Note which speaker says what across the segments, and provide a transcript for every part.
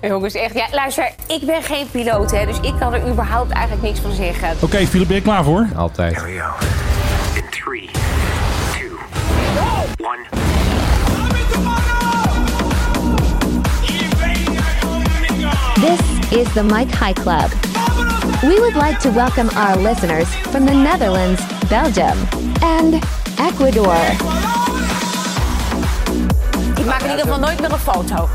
Speaker 1: Jongens, echt. Ja, luister, ik ben geen piloot, hè, dus ik kan er überhaupt eigenlijk niks van zeggen.
Speaker 2: Oké, Philip, ben je klaar voor?
Speaker 3: Altijd.
Speaker 4: we go. In three, two, one.
Speaker 5: This is the Mike High Club. We would like to welcome our listeners from the Netherlands, Belgium, and Ecuador.
Speaker 1: Ik maak in ieder geval nooit meer een foto.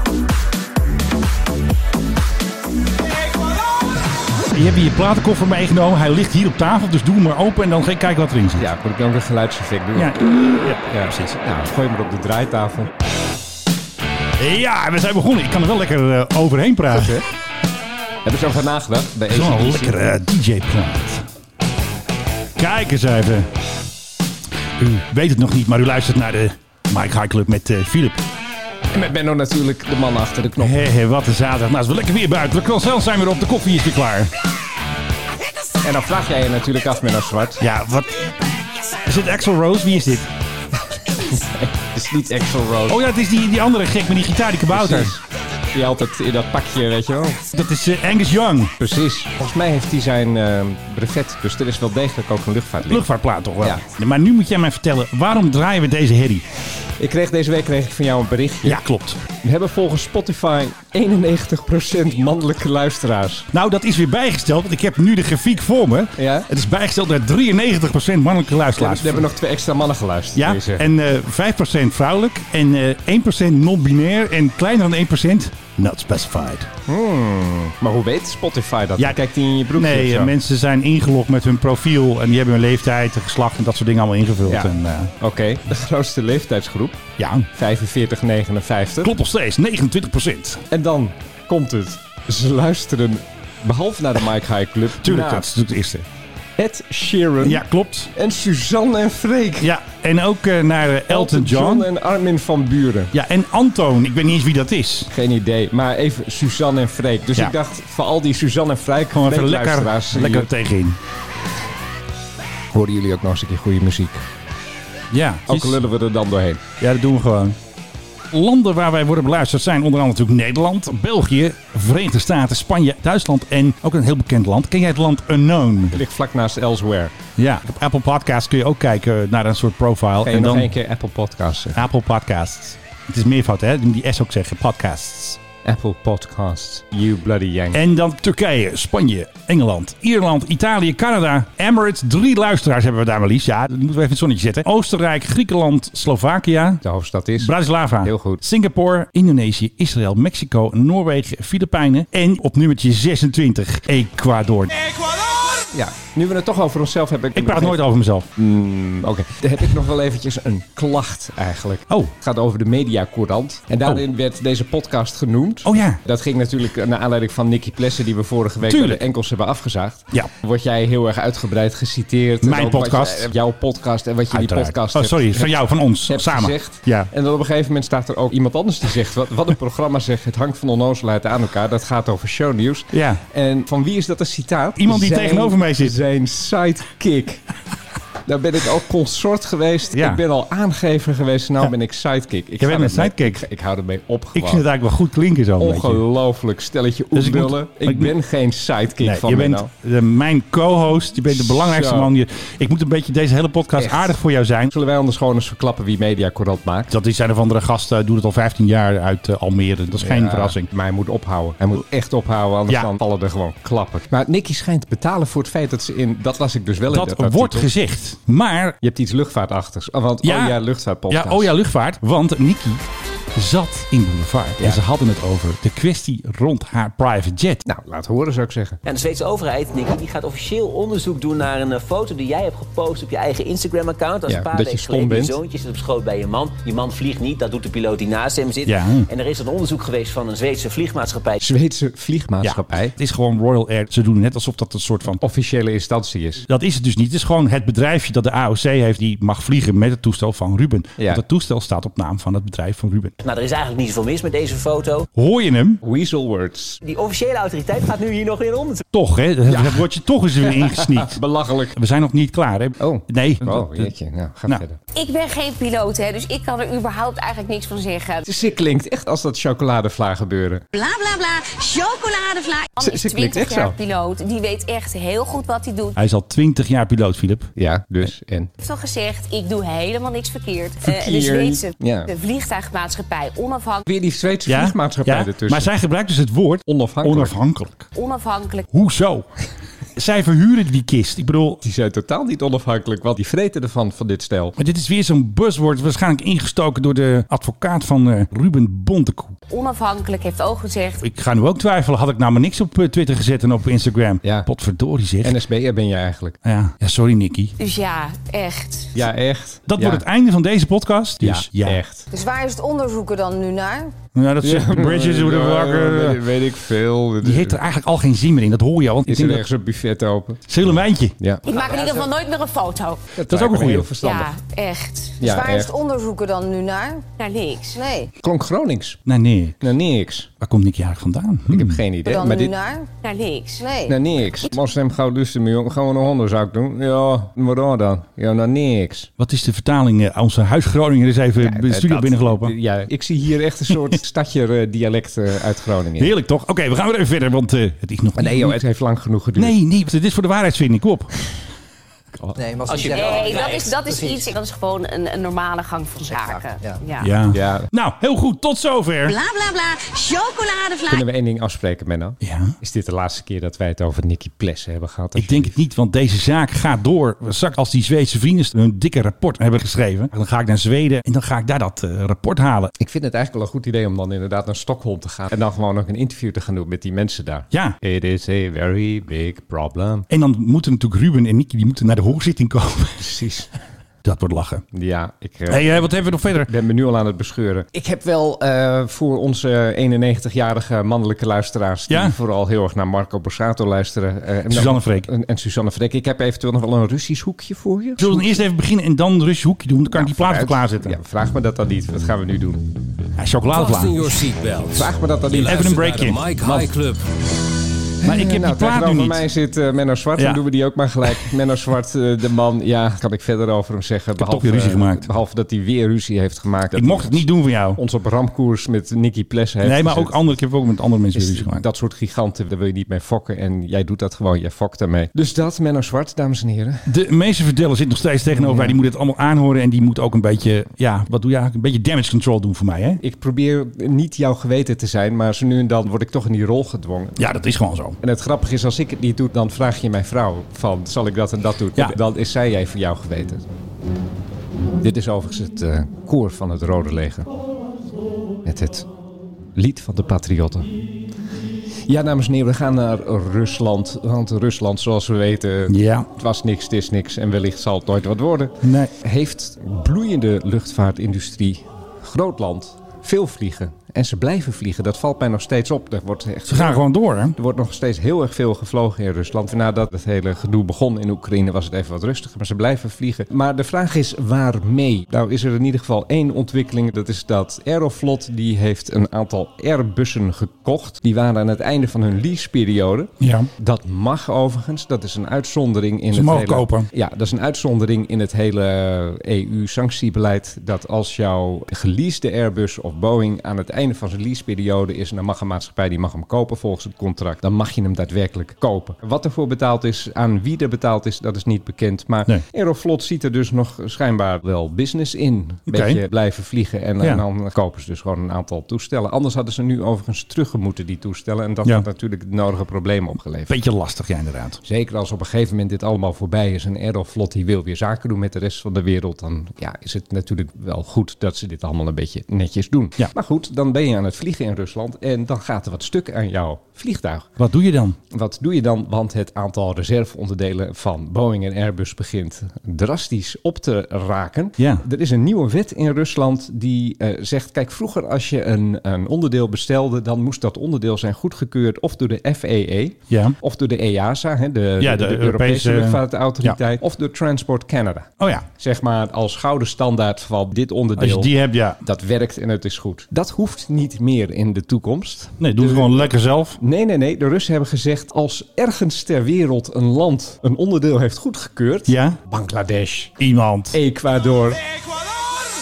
Speaker 2: Je hebt hier je platenkoffer meegenomen. Hij ligt hier op tafel, dus doe hem maar open en dan ga ik kijken wat erin zit.
Speaker 3: Ja, moet ik dan ook een geluidseffect doen?
Speaker 2: Ja, ja, ja, precies.
Speaker 3: Nou, gooi maar op de draaitafel.
Speaker 2: Ja, we zijn begonnen. Ik kan er wel lekker eh, overheen praten. hè.
Speaker 3: Hebben ze over nagedacht? Bij
Speaker 2: Zo'n
Speaker 3: AC/DC?
Speaker 2: lekkere eh, DJ-plaat. Kijk eens even. U weet het nog niet, maar u luistert naar de Mike High Club met eh, Philip.
Speaker 3: En Met Benno natuurlijk, de man achter de knop.
Speaker 2: Hé, hé, wat een zaterdag. Nou, is wel lekker weer buiten. De croissants zijn weer op. De koffie is weer klaar.
Speaker 3: En dan vraag jij je natuurlijk af, Menno Zwart.
Speaker 2: Ja, wat... Is dit Axel Rose? Wie is dit?
Speaker 3: Het is niet Axel Rose.
Speaker 2: Oh ja, het is die, die andere gek met die gitaar, die kabouter.
Speaker 3: Precies. Die altijd in dat pakje, weet je wel.
Speaker 2: Dat is eh, Angus Young.
Speaker 3: Precies. Volgens mij heeft hij zijn eh, brevet. Dus er is wel degelijk ook een luchtvaartlicht.
Speaker 2: Luchtvaartplaat toch wel.
Speaker 3: Ja.
Speaker 2: Maar nu moet jij mij vertellen, waarom draaien we deze herrie?
Speaker 3: Ik kreeg deze week kreeg ik van jou een berichtje.
Speaker 2: Ja, klopt.
Speaker 3: We hebben volgens Spotify 91% mannelijke luisteraars.
Speaker 2: Nou, dat is weer bijgesteld, want ik heb nu de grafiek voor me.
Speaker 3: Ja.
Speaker 2: Het is bijgesteld naar 93% mannelijke
Speaker 3: We
Speaker 2: luisteraars.
Speaker 3: hebben nog twee extra mannen geluisterd.
Speaker 2: ja,
Speaker 3: deze.
Speaker 2: en eh 5% vrouwelijk en eh 1% non-binair en kleiner dan 1% not specified.
Speaker 3: Maar hoe weet Spotify dat?
Speaker 2: Ja,
Speaker 3: Kijkt hij in je broek?
Speaker 2: Nee, eh, mensen zijn ingelogd met hun profiel en die hebben hun leeftijd, hun geslacht en dat soort dingen allemaal ingevuld.
Speaker 3: Ja.
Speaker 2: En, eh,
Speaker 3: Oké, de grootste leeftijdsgroep.
Speaker 2: ja,
Speaker 3: 45, 59.
Speaker 2: klopt nog steeds, 29%.
Speaker 3: En dan komt het. Ze luisteren, behalve naar de Mike High Club,
Speaker 2: Tuurlijk,
Speaker 3: naar
Speaker 2: dat is natuurlijk het eerste.
Speaker 3: Ed Sheeran
Speaker 2: Ja, klopt.
Speaker 3: en Suzanne en Freek.
Speaker 2: Ja, en ook eh, naar eh, Elton John.
Speaker 3: en Armin van Buren.
Speaker 2: Ja, en Antoon. Ik weet niet eens wie dat is.
Speaker 3: Geen idee, maar even Suzanne en Freek. Dus
Speaker 2: Ja.
Speaker 3: ik dacht, voor al die Suzanne en Freek,
Speaker 2: Gewoon even
Speaker 3: Freek
Speaker 2: lekker,
Speaker 3: luisteraars, die-
Speaker 2: lekker tegenin.
Speaker 3: horen jullie ook nog eens een keer goede muziek.
Speaker 2: Ja,
Speaker 3: Ook lullen we er dan doorheen.
Speaker 2: ja, dat doen we gewoon. Landen waar wij worden beluisterd zijn onder andere natuurlijk Nederland, België, Verenigde Staten, Spanje, Duitsland en ook een heel bekend land. Ken jij het land Unknown?
Speaker 3: Ligt vlak naast Elsewhere.
Speaker 2: Ja, op Apple Podcasts kun je ook kijken naar een soort profile.
Speaker 3: Ga je
Speaker 2: en
Speaker 3: nog
Speaker 2: dan
Speaker 3: één keer Apple Podcasts zeggen?
Speaker 2: Apple Podcasts. Het is meervoud hè, Je moet die S ook zeggen, podcasts.
Speaker 3: Apple Podcasts. You bloody yank.
Speaker 2: En dan Turkije, Spanje, Engeland, Ierland, Italië, Canada, Emirates. Drie luisteraars hebben we daar maar liefst. Ja, die moeten we even in het zonnetje zetten. Oostenrijk, Griekenland, Slovakia,
Speaker 3: De hoofdstad is...
Speaker 2: Bratislava.
Speaker 3: Heel goed.
Speaker 2: Singapore, Indonesië, Israël, Mexico, Noorwegen, Filipijnen. En op nummertje 26, Ecuador.
Speaker 3: Ja, nu we het toch over onszelf hebben...
Speaker 2: Ik praat
Speaker 3: nog
Speaker 2: nooit over mezelf.
Speaker 3: Mm, Oké, dan heb ik nog wel eventjes een klacht eigenlijk.
Speaker 2: Oh.
Speaker 3: Het gaat over de Mediacourant. En daarin werd deze podcast genoemd.
Speaker 2: Oh ja.
Speaker 3: Dat ging natuurlijk naar aanleiding van Nicky Plessen, die we vorige week
Speaker 2: Tuurlijk.
Speaker 3: bij de enkels hebben afgezaagd.
Speaker 2: Ja.
Speaker 3: Word jij heel erg uitgebreid geciteerd. En
Speaker 2: Mijn
Speaker 3: ook wat
Speaker 2: podcast.
Speaker 3: je- jouw podcast en wat je in die
Speaker 2: Uiteraard.
Speaker 3: podcast
Speaker 2: Oh,
Speaker 3: hebt-
Speaker 2: sorry, van jou, van ons,
Speaker 3: hebt
Speaker 2: samen.
Speaker 3: gezegd.
Speaker 2: Ja.
Speaker 3: En dan op een gegeven moment staat er ook iemand anders die zegt... wat, wat een programma zegt, het hangt van onnozelheid aan elkaar. Dat gaat over shownieuws.
Speaker 2: Ja.
Speaker 3: En van wie is dat een citaat?
Speaker 2: Iemand die
Speaker 3: Zijn-
Speaker 2: tegenover mij zit.
Speaker 3: Zijn sidekick. nou ben ik ook consort geweest.
Speaker 2: Ja.
Speaker 3: Ik ben al aangever geweest. Nou ben ik sidekick. Ik
Speaker 2: Jij
Speaker 3: ga
Speaker 2: bent een
Speaker 3: ermee-
Speaker 2: sidekick.
Speaker 3: Ik, ik hou ermee op
Speaker 2: Ik
Speaker 3: gewoon.
Speaker 2: vind het eigenlijk wel goed klinken zo. een beetje.
Speaker 3: Ongelooflijk stelletje
Speaker 2: Dus ik moet-
Speaker 3: onbullen. ik,
Speaker 2: maar ik
Speaker 3: ben
Speaker 2: moet-
Speaker 3: geen sidekick
Speaker 2: Nee,
Speaker 3: van
Speaker 2: je
Speaker 3: Menno.
Speaker 2: bent de, mijn co-host. Je bent de belangrijkste
Speaker 3: nou. Zo.
Speaker 2: man. Je, ik moet een beetje deze hele podcast
Speaker 3: Echt.
Speaker 2: aardig voor jou zijn.
Speaker 3: Zullen wij anders gewoon eens verklappen wie Mediacorant maakt?
Speaker 2: Dat is zijn of andere gasten. Doet het al 15 jaar uit eh, Almere. Dat is geen
Speaker 3: Ja,
Speaker 2: verrassing.
Speaker 3: Maar hij moet ophouden. Hij moet echt ophouden, anders
Speaker 2: Ja.
Speaker 3: dan vallen er gewoon klappen. Maar Nicky schijnt te betalen voor het feit dat ze in... Dat las ik dus wel in
Speaker 2: Dat,
Speaker 3: dat
Speaker 2: wordt
Speaker 3: artikel.
Speaker 2: gezegd. Maar,
Speaker 3: Je hebt iets luchtvaartachtigs. Oh, want,
Speaker 2: Ja.
Speaker 3: oh ja,
Speaker 2: ja,
Speaker 3: luchtvaartpodcast.
Speaker 2: oh ja, luchtvaart. Want Nikki zat in Boulevard. En ze hadden het over de kwestie rond haar private jet.
Speaker 3: Nou, laat horen zou ik zeggen.
Speaker 6: Ja, de Zweedse overheid, Nicky, die gaat officieel onderzoek doen naar een eh, foto die jij hebt gepost op je eigen Instagram-account. Als
Speaker 3: Ja,
Speaker 6: een paar
Speaker 3: dat je
Speaker 6: weken
Speaker 3: stom
Speaker 6: geleden je
Speaker 3: bent.
Speaker 6: zoontje zit op schoot bij je man. Je man vliegt niet, dat doet de piloot die naast hem zit.
Speaker 2: Ja.
Speaker 6: En er is een onderzoek geweest van een Zweedse vliegmaatschappij.
Speaker 3: Zweedse
Speaker 2: Ja,
Speaker 3: vliegmaatschappij.
Speaker 2: het is gewoon Royal Air. Ze doen net alsof dat een soort van...
Speaker 3: Officiële instantie is.
Speaker 2: Dat is het dus niet. Het is gewoon het bedrijfje dat de AOC heeft. Die mag vliegen met het toestel van Ruben.
Speaker 3: Ja.
Speaker 2: Want het toestel staat op naam van het bedrijf van Ruben.
Speaker 6: Nou, er is eigenlijk niet zoveel mis met deze foto.
Speaker 2: Hoor je hem?
Speaker 3: Weasel words.
Speaker 6: Die officiële autoriteit gaat nu hier nog in om.
Speaker 2: Toch, hè? Dat dat wordt je toch eens weer ingesniet.
Speaker 3: Belachelijk.
Speaker 2: We zijn nog niet klaar, hè?
Speaker 3: Oh.
Speaker 2: Nee.
Speaker 3: Oh, jeetje. Nou, ga
Speaker 2: Nou.
Speaker 3: verder.
Speaker 1: Ik ben geen piloot, hè, dus ik kan er überhaupt eigenlijk niks van zeggen.
Speaker 3: Ze klinkt echt als dat chocoladevla gebeuren.
Speaker 7: Bla bla bla, chocoladevla.
Speaker 1: Man
Speaker 3: ze-
Speaker 1: is
Speaker 3: ze klinkt
Speaker 1: 20
Speaker 3: echt zo.
Speaker 1: jaar piloot. Die weet echt heel goed wat hij doet. Hij
Speaker 2: Hij is al twintig jaar piloot, Philip.
Speaker 3: Ja, dus. En.
Speaker 1: heeft al gezegd, ik doe helemaal niks verkeerd. Eh, de
Speaker 3: Verkeerd.
Speaker 1: Zweedse
Speaker 3: Ja.
Speaker 1: de vliegtuigmaatschappij onafhankelijk.
Speaker 3: Weer die Zweedse vliegmaatschappij ertussen.
Speaker 2: maar zij gebruikt dus het woord
Speaker 3: Onafhankelijk.
Speaker 2: onafhankelijk.
Speaker 1: onafhankelijk.
Speaker 2: Hoezo? zij verhuren die kist. Ik bedoel,
Speaker 3: Die zijn totaal niet onafhankelijk, want die vreten ervan, van dit stel.
Speaker 2: maar dit is weer zo'n buzzword. Waarschijnlijk ingestoken door de advocaat van eh, Ruben Bontekoe.
Speaker 1: Onafhankelijk heeft ook gezegd,
Speaker 2: Ik ga nu ook twijfelen. Had ik nou maar niks op eh, Twitter gezet en op Instagram?
Speaker 3: Ja.
Speaker 2: Potverdorie zeg.
Speaker 3: NSB'er ben je eigenlijk.
Speaker 2: ja. ja, sorry Nicky.
Speaker 1: dus ja, echt.
Speaker 3: Ja, echt.
Speaker 2: Dat
Speaker 3: Ja.
Speaker 2: wordt het einde van deze podcast. Dus ja.
Speaker 3: echt.
Speaker 8: Dus waar is het onderzoeken dan nu naar?
Speaker 2: Ja, dat zegt Bridges hoe de eh. wakker.
Speaker 3: Weet, weet ik veel.
Speaker 2: Die heeft er eigenlijk al geen zin meer in. Dat hoor je al. Want ik
Speaker 3: Is
Speaker 2: denk
Speaker 3: er
Speaker 2: dat...
Speaker 3: ergens een buffet open?
Speaker 2: Zillemijntje.
Speaker 3: Ja.
Speaker 1: Ik maak in ieder geval nooit meer een foto.
Speaker 3: Dat,
Speaker 2: is ook een
Speaker 3: lijkt me
Speaker 2: goeie.
Speaker 3: Heel verstandig.
Speaker 1: Ja, echt.
Speaker 8: Dus
Speaker 3: Ja,
Speaker 8: waar is
Speaker 3: echt.
Speaker 8: het onderzoeken dan nu naar?
Speaker 1: Naar niks.
Speaker 8: Nee.
Speaker 3: Klonk Gronings.
Speaker 2: Nee, nee.
Speaker 3: Naar niks.
Speaker 2: Waar komt Nicky eigenlijk vandaan? Hm.
Speaker 3: Ik heb geen idee.
Speaker 8: Dan
Speaker 3: maar
Speaker 8: nu
Speaker 3: dit...
Speaker 8: naar?
Speaker 1: Naar niks.
Speaker 8: Nee.
Speaker 3: Naar niks. Moslim gauw lusten, mijn jongen. Gaan we een hondenzaak doen? Ja, waarom dan? Ja, naar niks.
Speaker 2: Wat is de vertaling? eh, Onze huis Groninger is even de
Speaker 3: Eh,
Speaker 2: studio
Speaker 3: dat-
Speaker 2: binnengelopen.
Speaker 3: Ja, ik zie hier echt een soort stadjer-dialect eh, uit Groningen.
Speaker 2: Heerlijk toch? Oké, we gaan weer even verder, want eh, het is nog
Speaker 3: Maar nee, joh, het heeft lang genoeg geduurd.
Speaker 2: Nee, nee, dit is voor de waarheidsvinding. Kom op.
Speaker 9: Nee, maar als je
Speaker 1: Nee, dat is, dat is iets, dat is gewoon een, een normale gang van zaken.
Speaker 9: ja.
Speaker 2: Ja.
Speaker 3: Ja.
Speaker 2: Nou, heel goed. Tot zover.
Speaker 7: Bla bla bla, chocoladevla.
Speaker 3: Kunnen we één ding afspreken, Menno?
Speaker 2: Ja.
Speaker 3: Is dit de laatste keer dat wij het over Nicky Plessen hebben gehad?
Speaker 2: Ik denk het niet, want deze zaak gaat door. Zak als die Zweedse vrienden hun dikke rapport hebben geschreven. Dan ga ik naar Zweden en dan ga ik daar dat eh, rapport halen.
Speaker 3: Ik vind het eigenlijk wel een goed idee om dan inderdaad naar Stockholm te gaan. En dan gewoon ook een interview te gaan doen met die mensen daar.
Speaker 2: Ja.
Speaker 3: It is a very big problem.
Speaker 2: En dan moeten natuurlijk Ruben en Nicky die moeten naar de hoorzitting komen. Precies. Dat wordt lachen.
Speaker 3: Ja, ik... eh,
Speaker 2: hey, eh, wat hebben we nog verder?
Speaker 3: ben me nu al aan het bescheuren. Ik heb wel eh, voor onze 91-jarige mannelijke luisteraars... die
Speaker 2: Ja.
Speaker 3: vooral heel erg naar Marco Borsato luisteren... eh, en
Speaker 2: Suzanne
Speaker 3: dan-
Speaker 2: Freek.
Speaker 3: En, en Suzanne Freek. Ik heb eventueel nog wel een Russisch hoekje voor je.
Speaker 2: Zullen we dan eerst even beginnen en dan rustig hoekje doen? Dan kan ik die plaat voor klaarzetten.
Speaker 3: Ja, vraag me dat dan niet. Wat gaan we nu doen?
Speaker 2: Ja, chocoladevla.
Speaker 3: Vraag me dat dan niet.
Speaker 2: Even een breakje.
Speaker 9: Mike High Club.
Speaker 2: Maar ik heb
Speaker 3: nou,
Speaker 2: die plaat nu
Speaker 3: tegenover
Speaker 2: niet.
Speaker 3: mij zit eh, Menno Zwart.
Speaker 2: Ja.
Speaker 3: Dan doen we die ook maar gelijk. Menno Zwart, eh, de man. Ja, kan ik verder over hem zeggen.
Speaker 2: toch weer ruzie
Speaker 3: eh,
Speaker 2: gemaakt.
Speaker 3: Behalve dat hij weer ruzie heeft gemaakt. Dat
Speaker 2: Ik mocht
Speaker 3: hij
Speaker 2: het niet doen voor jou.
Speaker 3: Ons op ramkoers met Nicky Plessen heeft
Speaker 2: Nee, maar ook
Speaker 3: gezet.
Speaker 2: andere. Ik heb ook met andere mensen
Speaker 3: Is
Speaker 2: ruzie gemaakt.
Speaker 3: dat soort giganten, daar wil je niet mee fokken. En jij doet dat gewoon, jij fokt daarmee. Dus dat, Menno Zwart, dames en heren.
Speaker 2: De meeste verteller zit nog steeds tegenover mij. Die moet het allemaal aanhoren. En die moet ook een beetje, ja, wat doe je eigenlijk? Een beetje damage control doen voor mij, hè?
Speaker 3: Ik probeer niet jouw geweten te zijn, maar zo nu en dan word ik toch in die rol gedwongen.
Speaker 2: Ja, dat is gewoon zo.
Speaker 3: En het grappige is, als ik het niet doe, dan vraag je mijn vrouw van, zal ik dat en dat doen?
Speaker 2: Ja.
Speaker 3: Dan is zij even jouw geweten. Dit is overigens het eh, koor van het Rode Leger. Met het lied van de patriotten. Ja, dames en heren, we gaan naar Rusland. Want Rusland, zoals we weten,
Speaker 2: Ja.
Speaker 3: het was niks, het is niks. En wellicht zal het nooit wat worden.
Speaker 2: Nee.
Speaker 3: Heeft bloeiende luchtvaartindustrie, groot land, veel vliegen. En ze blijven vliegen, dat valt mij nog steeds op. Er wordt echt
Speaker 2: Ze gaan gewoon door, hè?
Speaker 3: er wordt nog steeds heel erg veel gevlogen in Rusland. Nadat het hele gedoe begon in Oekraïne was het even wat rustiger, maar ze blijven vliegen. Maar de vraag is waarmee? Nou is er in ieder geval één ontwikkeling. Dat is dat Aeroflot die heeft een aantal Airbussen gekocht. Die waren aan het einde van hun leaseperiode.
Speaker 2: Ja.
Speaker 3: Dat mag overigens. Dat is een uitzondering in
Speaker 2: Ze
Speaker 3: het
Speaker 2: mogen
Speaker 3: hele...
Speaker 2: kopen.
Speaker 3: Ja, dat is een uitzondering in het hele EU-sanctiebeleid. Dat als jouw geleasede Airbus of Boeing aan het einde van zijn leaseperiode is... en dan mag een maatschappij, die mag hem kopen volgens het contract... dan mag je hem daadwerkelijk kopen. Wat ervoor betaald is, aan wie er betaald is, dat is niet bekend. Maar
Speaker 2: Nee.
Speaker 3: Aeroflot ziet er dus nog schijnbaar wel business in.
Speaker 2: Oké.
Speaker 3: Beetje blijven vliegen en,
Speaker 2: Ja.
Speaker 3: en dan kopen ze dus gewoon een aantal toestellen. Anders hadden ze nu overigens terug moeten die toestellen... en dat
Speaker 2: Ja.
Speaker 3: had natuurlijk de nodige problemen opgeleverd.
Speaker 2: Beetje lastig, ja, inderdaad.
Speaker 3: Zeker als op een gegeven moment dit allemaal voorbij is en Aeroflot die wil weer zaken doen met de rest van de wereld, dan ja, is het natuurlijk wel goed dat ze dit allemaal een beetje netjes doen.
Speaker 2: Ja.
Speaker 3: Maar goed, dan ben je aan het vliegen in Rusland en dan gaat er wat stuk aan jouw vliegtuig.
Speaker 2: Wat doe je dan?
Speaker 3: Wat doe je dan? Want het aantal reserveonderdelen van Boeing en Airbus begint drastisch op te raken.
Speaker 2: Ja.
Speaker 3: Er is een nieuwe wet in Rusland die eh, zegt: kijk, vroeger als je een, een onderdeel bestelde, dan moest dat onderdeel zijn goedgekeurd of door de E FAA
Speaker 2: Ja.
Speaker 3: of door de E EASA, hè, de,
Speaker 2: Ja,
Speaker 3: de,
Speaker 2: de
Speaker 3: Europese,
Speaker 2: Europese-
Speaker 3: Luchtvaartautoriteit, of door Transport Canada.
Speaker 2: Oh ja,
Speaker 3: Zeg maar als gouden standaard van dit
Speaker 2: als
Speaker 3: onderdeel.
Speaker 2: je die hebt, ja.
Speaker 3: Dat werkt en het is goed. Dat hoeft niet meer in de toekomst.
Speaker 2: Nee, doe het gewoon lekker zelf.
Speaker 3: Nee, nee, nee. De Russen hebben gezegd: als ergens ter wereld een land een onderdeel heeft goedgekeurd.
Speaker 2: Ja.
Speaker 3: Bangladesh,
Speaker 2: Iemand.
Speaker 3: Ecuador.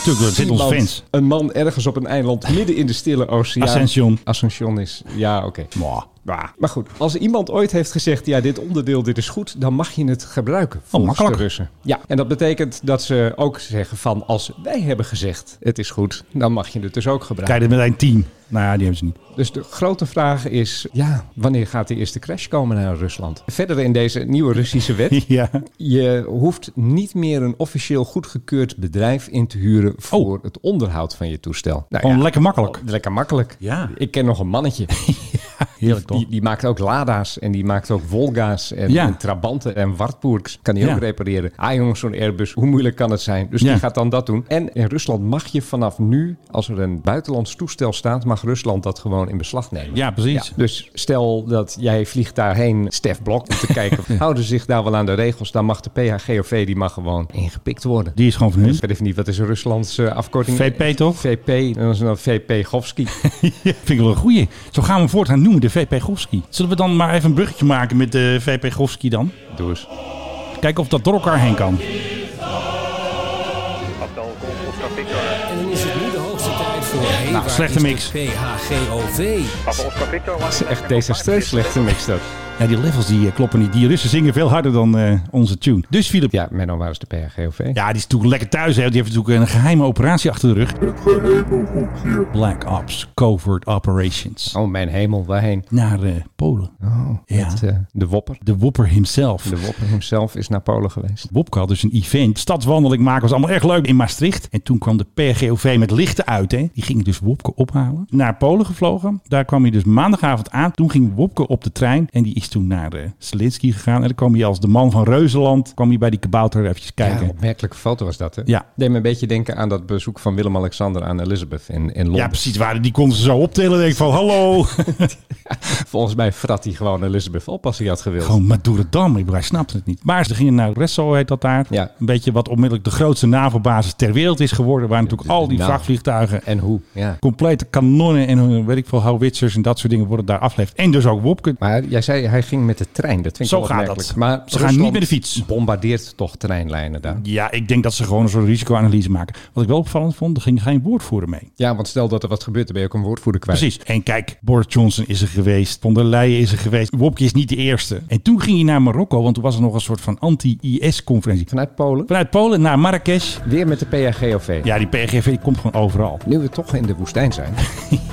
Speaker 2: Natuurlijk, er zitten ons
Speaker 3: iemand,
Speaker 2: fans.
Speaker 3: Een man ergens op een eiland midden in de Stille Oceaan.
Speaker 2: Ascension.
Speaker 3: Ascension is. Ja, oké.
Speaker 2: Mwah.
Speaker 3: Maar- Maar goed, als iemand ooit heeft gezegd: ja, dit onderdeel, dit is goed, dan mag je het gebruiken. Volgens
Speaker 2: Oh, makkelijk.
Speaker 3: de Russen. Ja, en dat betekent dat ze ook zeggen: van als wij hebben gezegd: het is goed, dan mag je het dus ook gebruiken.
Speaker 2: Krijg je er meteen 10. Nou ja, die hebben ze niet.
Speaker 3: Dus de grote vraag is, ja, wanneer gaat de eerste crash komen naar Rusland? Verder in deze nieuwe Russische wet,
Speaker 2: Ja.
Speaker 3: je hoeft niet meer een officieel goedgekeurd bedrijf in te
Speaker 2: Oh.
Speaker 3: huren voor het onderhoud van je toestel. Nou
Speaker 2: Gewoon lekker makkelijk.
Speaker 3: Lekker makkelijk.
Speaker 2: Ja.
Speaker 3: Ik ken nog een mannetje.
Speaker 2: Heerlijk
Speaker 3: Die, die maakt ook Lada's en die maakt ook Volga's en,
Speaker 2: Ja.
Speaker 3: en Trabanten en Wartburgs. Kan die
Speaker 2: Ja.
Speaker 3: ook repareren. Ah jongens, zo'n Airbus, hoe moeilijk kan het zijn? Dus
Speaker 2: Ja.
Speaker 3: die gaat dan dat doen. En in Rusland mag je vanaf nu, als er een buitenlands toestel staat, mag Rusland dat gewoon in beslag nemen.
Speaker 2: Ja, precies.
Speaker 3: Dus stel dat jij vliegt daarheen, Stef Blok, om te kijken, houden ze zich daar wel aan de regels? Dan mag de PHGOV, die mag gewoon ingepikt worden.
Speaker 2: Die is gewoon van hun.
Speaker 3: Ik weet even niet, wat is een Ruslandse afkorting?
Speaker 2: VP Dus? toch?
Speaker 3: VP, en dan is het dan VP Govski.
Speaker 2: Ja, vind ik wel een goeie. Zo gaan we hem voortaan noemen, de VP Gofsky. Zullen we dan maar even een bruggetje maken met de VP Gofsky dan?
Speaker 3: Doe eens.
Speaker 2: Kijken of dat door elkaar heen kan.
Speaker 10: En dan is het nu de hoogste tijd voor... Hey, waar
Speaker 2: slechte
Speaker 10: is de
Speaker 2: mix.
Speaker 10: PHGOV.
Speaker 3: Dat is echt desastreus slechte mix dat.
Speaker 2: Ja, die levels die eh, kloppen niet. Die Russen zingen veel harder dan eh, onze tune. Dus Philip.
Speaker 3: Ja, Menno, waar is de PHGOV?
Speaker 2: Ja, die is natuurlijk lekker thuis. Hè. Die heeft natuurlijk een geheime operatie achter de rug. Black Ops, Covert Operations.
Speaker 3: Oh, mijn hemel, waarheen?
Speaker 2: Naar eh, Polen. ja.
Speaker 3: Het, eh, de Wopper.
Speaker 2: de Wopper himself.
Speaker 3: De Wopper hemzelf is naar Polen geweest.
Speaker 2: Bobke had dus een event, stadswandeling maken, was allemaal erg leuk in Maastricht. En toen kwam de PRGOV met lichten uit. Hè. Die ging dus Wopke ophalen. Naar Polen gevlogen. Daar kwam hij dus maandagavond aan. Toen ging Wopke op de trein en die is toen naar eh Slinsky gegaan. En dan kwam hij als de man van Reuzeland, kwam hij bij die kabouter eventjes
Speaker 3: Ja,
Speaker 2: kijken.
Speaker 3: een opmerkelijke foto was dat, hè?
Speaker 2: Ja.
Speaker 3: Deed me een beetje denken aan dat bezoek van Willem-Alexander aan Elizabeth in, in Londen.
Speaker 2: Ja, precies. Waar, die konden ze zo optillen. Denk ik van, hallo.
Speaker 3: Volgens mij frat hij gewoon Elizabeth op als hij had gewild.
Speaker 2: Gewoon Madurodam. Ik bedoel, Hij snapte het niet. Maar ze gingen naar Resso, heet dat daar.
Speaker 3: Ja.
Speaker 2: Een beetje wat onmiddellijk de grootste NAVO-basis ter wereld is geworden. Waar natuurlijk al die
Speaker 3: Nou.
Speaker 2: vrachtvliegtuigen
Speaker 3: En hoe, ja.
Speaker 2: complete kanonnen en eh, weet ik veel, houwitsers en dat soort dingen worden daar afgeleverd. En dus ook Wopke.
Speaker 3: Maar jij zei, hij ging met de trein. Dat vind ik
Speaker 2: Zo
Speaker 3: wel
Speaker 2: gaat
Speaker 3: opmerkelijk.
Speaker 2: dat.
Speaker 3: Maar
Speaker 2: Ze gaan niet met de fiets.
Speaker 3: bombardeert toch treinlijnen daar.
Speaker 2: Ja, ik denk dat ze gewoon een soort risicoanalyse maken. Wat ik wel opvallend vond, er ging geen woordvoerder mee.
Speaker 3: Ja, want stel dat er wat gebeurt, dan ben je ook een woordvoerder kwijt.
Speaker 2: Precies. En kijk, Boris Johnson is er geweest. Von der Leyen is er geweest. Wopke is niet de eerste. En toen ging hij naar Marokko, want toen was er nog een soort van anti-IS-conferentie.
Speaker 3: Vanuit Polen,
Speaker 2: Vanuit Polen naar Marrakesh.
Speaker 3: weer met de PHGOV.
Speaker 2: Ja, die PRGV die komt gewoon overal.
Speaker 3: Nu we toch in de woestijn zijn.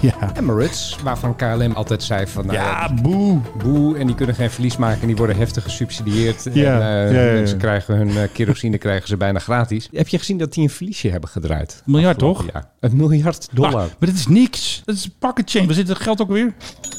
Speaker 2: Ja,
Speaker 3: Emirates, waarvan KLM altijd zei van... nou ja,
Speaker 2: ja boe.
Speaker 3: boe en die kunnen geen verlies maken en die worden heftig gesubsidieerd. en,
Speaker 2: Ja,
Speaker 3: eh,
Speaker 2: ja, ja, ja.
Speaker 3: Mensen krijgen hun eh, kerosine krijgen ze bijna gratis. Heb je gezien dat die een verliesje hebben gedraaid?
Speaker 2: Miljard,
Speaker 3: Afgelopen
Speaker 2: toch?
Speaker 3: jaar. Een miljard dollar.
Speaker 2: Maar, maar dat is niks. Dat is een pocket change. Waar zit het geld ook weer?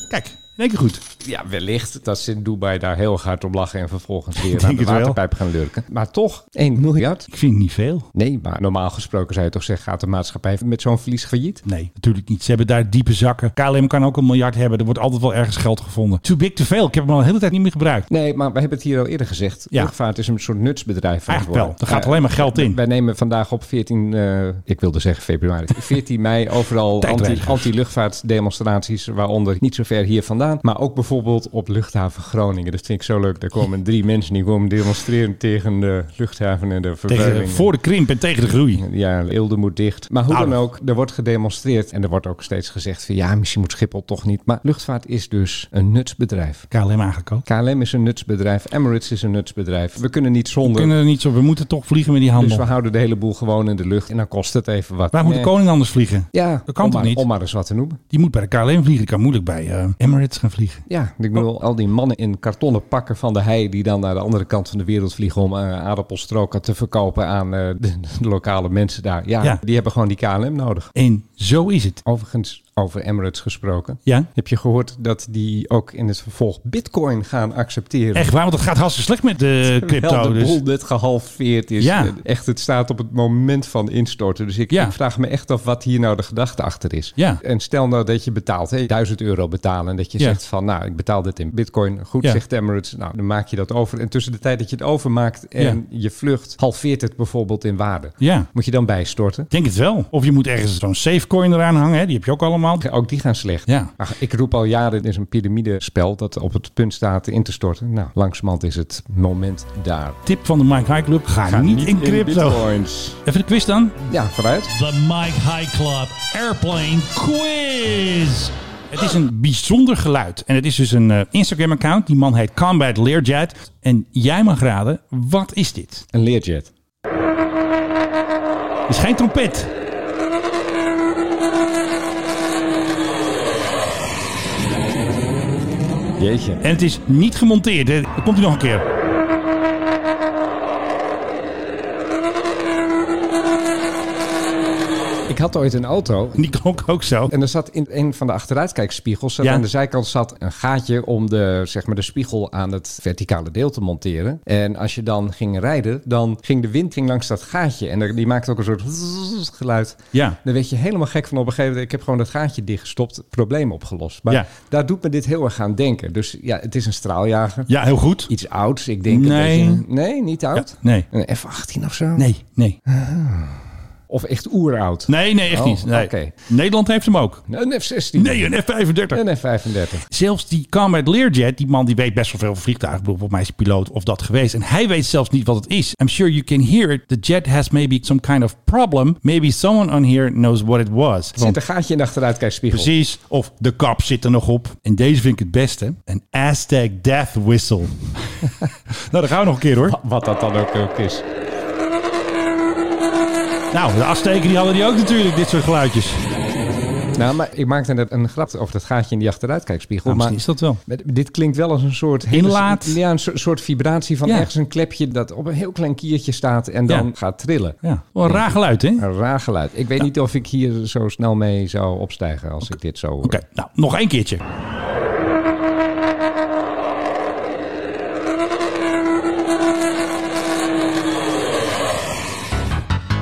Speaker 2: Kijk, in één keer goed.
Speaker 3: Ja, wellicht dat ze in Dubai daar heel hard om lachen en vervolgens weer aan
Speaker 2: denk
Speaker 3: de
Speaker 2: het wel.
Speaker 3: waterpijp gaan lurken. Maar toch, 1 miljard?
Speaker 2: Ik vind het niet veel.
Speaker 3: Nee, maar normaal gesproken zou je toch zeggen, gaat de maatschappij met zo'n verlies failliet?
Speaker 2: Nee, natuurlijk niet. Ze hebben daar diepe zakken. KLM kan ook een miljard hebben. Er wordt altijd wel ergens geld gevonden. Too big to fail. Ik heb hem al de hele tijd niet meer gebruikt.
Speaker 3: Nee, maar we hebben het hier al eerder gezegd.
Speaker 2: Ja.
Speaker 3: Luchtvaart is een soort nutsbedrijf. aan het
Speaker 2: Eigenlijk wel.
Speaker 3: worden.
Speaker 2: Er gaat
Speaker 3: Ja,
Speaker 2: alleen maar geld in.
Speaker 3: Wij nemen vandaag op 14, eh, ik wilde zeggen februari, 14 mei overal anti-
Speaker 2: Tijdreizigers.
Speaker 3: anti-luchtvaartdemonstraties, waaronder niet zo ver hier vandaan, maar ook bijvoorbeeld op luchthaven Groningen. Dat vind ik zo leuk. Daar komen drie mensen die komen demonstreren tegen de luchthaven en de
Speaker 2: Tegen,
Speaker 3: vervuiling.
Speaker 2: voor de krimp en tegen de groei.
Speaker 3: Ja, Eelde moet dicht. Maar hoe dan
Speaker 2: Nou.
Speaker 3: ook, er wordt gedemonstreerd en er wordt ook steeds gezegd van ja, misschien moet Schiphol toch niet. Maar luchtvaart is dus een nutsbedrijf.
Speaker 2: KLM eigenlijk ook.
Speaker 3: KLM is een nutsbedrijf, Emirates is een nutsbedrijf. We kunnen niet
Speaker 2: We
Speaker 3: zonder.
Speaker 2: kunnen er niet zo. We moeten toch vliegen met die
Speaker 3: Dus we
Speaker 2: handel.
Speaker 3: houden de hele boel gewoon in de lucht en dan kost het even wat.
Speaker 2: Waar moet de
Speaker 3: Nee.
Speaker 2: koning anders vliegen?
Speaker 3: Ja,
Speaker 2: Dat kan
Speaker 3: om
Speaker 2: toch
Speaker 3: maar,
Speaker 2: niet?
Speaker 3: Om maar eens wat te noemen.
Speaker 2: Die moet bij de KLM vliegen. Die kan moeilijk bij eh, Emirates gaan vliegen.
Speaker 3: Ja, ik
Speaker 2: Oh.
Speaker 3: bedoel, al die mannen in kartonnen pakken van de hei... die dan naar de andere kant van de wereld vliegen... om eh, aardappelstroken te verkopen aan eh, de, de lokale mensen daar. Ja,
Speaker 2: Ja.
Speaker 3: die hebben gewoon die KLM nodig.
Speaker 2: En Zo is het.
Speaker 3: Overigens, over Emirates gesproken.
Speaker 2: Ja?
Speaker 3: Heb je gehoord dat die ook in het vervolg bitcoin gaan accepteren?
Speaker 2: Echt waar, want het gaat hartstikke slecht met de
Speaker 3: Terwijl
Speaker 2: crypto.
Speaker 3: de
Speaker 2: Dus.
Speaker 3: boel net gehalveerd is.
Speaker 2: Ja.
Speaker 3: Echt, het staat op het moment van instorten. Dus ik,
Speaker 2: Ja.
Speaker 3: ik vraag me echt af wat hier nou de gedachte achter is.
Speaker 2: Ja.
Speaker 3: En stel nou dat je betaalt, hè, 1000 euro betalen. En dat je
Speaker 2: Ja.
Speaker 3: zegt van, nou, ik betaal dit in bitcoin. Goed,
Speaker 2: Ja.
Speaker 3: zegt Emirates. Nou, dan maak je dat over. En tussen de tijd dat je het overmaakt en je vlucht, halveert het bijvoorbeeld in waarde.
Speaker 2: Ja,
Speaker 3: Moet je dan bijstorten?
Speaker 2: ik denk het wel. Of je moet ergens zo'n safecoin eraan hangen. Hè? Die heb je ook allemaal.
Speaker 3: Ook die gaan slecht.
Speaker 2: Ja.
Speaker 3: Ach, ik roep al jaren, er is een piramidespel dat op het punt staat in te storten. Nou, langzamerhand is het moment daar.
Speaker 2: Tip van de Mike High Club. Ga, niet, in crypto.
Speaker 3: bitcoins.
Speaker 2: Even de quiz dan.
Speaker 3: Ja, vooruit.
Speaker 11: The Mike High Club Airplane Quiz.
Speaker 2: Het is een bijzonder geluid. En het is dus een eh, Instagram-account. Die man heet Combat Learjet. En jij mag raden, wat is dit?
Speaker 3: Een leerjet.
Speaker 2: Het is geen trompet.
Speaker 3: Jeetje.
Speaker 2: En het is niet gemonteerd. hè. Dan komt hij nog een keer.
Speaker 3: Ik had ooit een auto.
Speaker 2: Die klonk ook zo.
Speaker 3: En er zat in een van de achteruitkijkspiegels, zat
Speaker 2: Ja.
Speaker 3: aan de zijkant zat een gaatje om de, zeg maar de spiegel aan het verticale deel te monteren. En als je dan ging rijden, dan ging de wind ging langs dat gaatje. En er- die maakte ook een soort zzzz geluid.
Speaker 2: Ja.
Speaker 3: Dan werd je helemaal gek van op een gegeven moment. Ik heb gewoon dat gaatje dichtgestopt, probleem opgelost. Maar
Speaker 2: Ja.
Speaker 3: daar doet me dit heel erg aan denken. Dus ja, het is een straaljager.
Speaker 2: Ja, heel goed.
Speaker 3: Iets ouds, ik denk
Speaker 2: Nee.
Speaker 3: een beetje... Nee, niet oud?
Speaker 2: Ja, nee.
Speaker 3: Een F-18 of zo?
Speaker 2: Nee, nee.
Speaker 3: Of echt oeroud?
Speaker 2: Nee, nee, echt
Speaker 3: Oh,
Speaker 2: niet. Nee.
Speaker 3: oké.
Speaker 2: Nederland heeft hem ook.
Speaker 3: Een F-16?
Speaker 2: Nee, een F-35.
Speaker 3: Een F-35.
Speaker 2: Zelfs die Combat Learjet, die man die weet best wel veel van vliegtuigen. Ik bedoel, Volgens mij is hij piloot of dat geweest. En hij weet zelfs niet wat het is. I'm sure you can hear it. The jet has maybe some kind of problem. Maybe someone on here knows what it was.
Speaker 3: Er zit een gaatje in de achteruitkijkspiegel.
Speaker 2: Precies. Of de kap zit er nog op. En deze vind ik het beste. Een Aztec Death Whistle. nou, daar gaan we nog een keer hoor.
Speaker 3: Wat dat dan ook, ook is.
Speaker 2: Nou, de Azteken die hadden die ook natuurlijk, dit soort geluidjes.
Speaker 3: Nou, maar ik maakte net een grap over dat gaatje in die achteruitkijkspiegel.
Speaker 2: Nou,
Speaker 3: maar
Speaker 2: misschien is dat wel.
Speaker 3: dit klinkt wel als een soort... hele-
Speaker 2: Inlaat.
Speaker 3: Ja, een soort, soort vibratie van
Speaker 2: Ja.
Speaker 3: ergens een klepje dat op een heel klein kiertje staat en dan
Speaker 2: Ja.
Speaker 3: gaat trillen.
Speaker 2: Ja, wel een raar geluid hè?
Speaker 3: Een raar geluid. Ik weet niet of ik hier zo snel mee zou opstijgen als ik dit zo eh, hoor.
Speaker 2: Oké, nou, nog één keertje.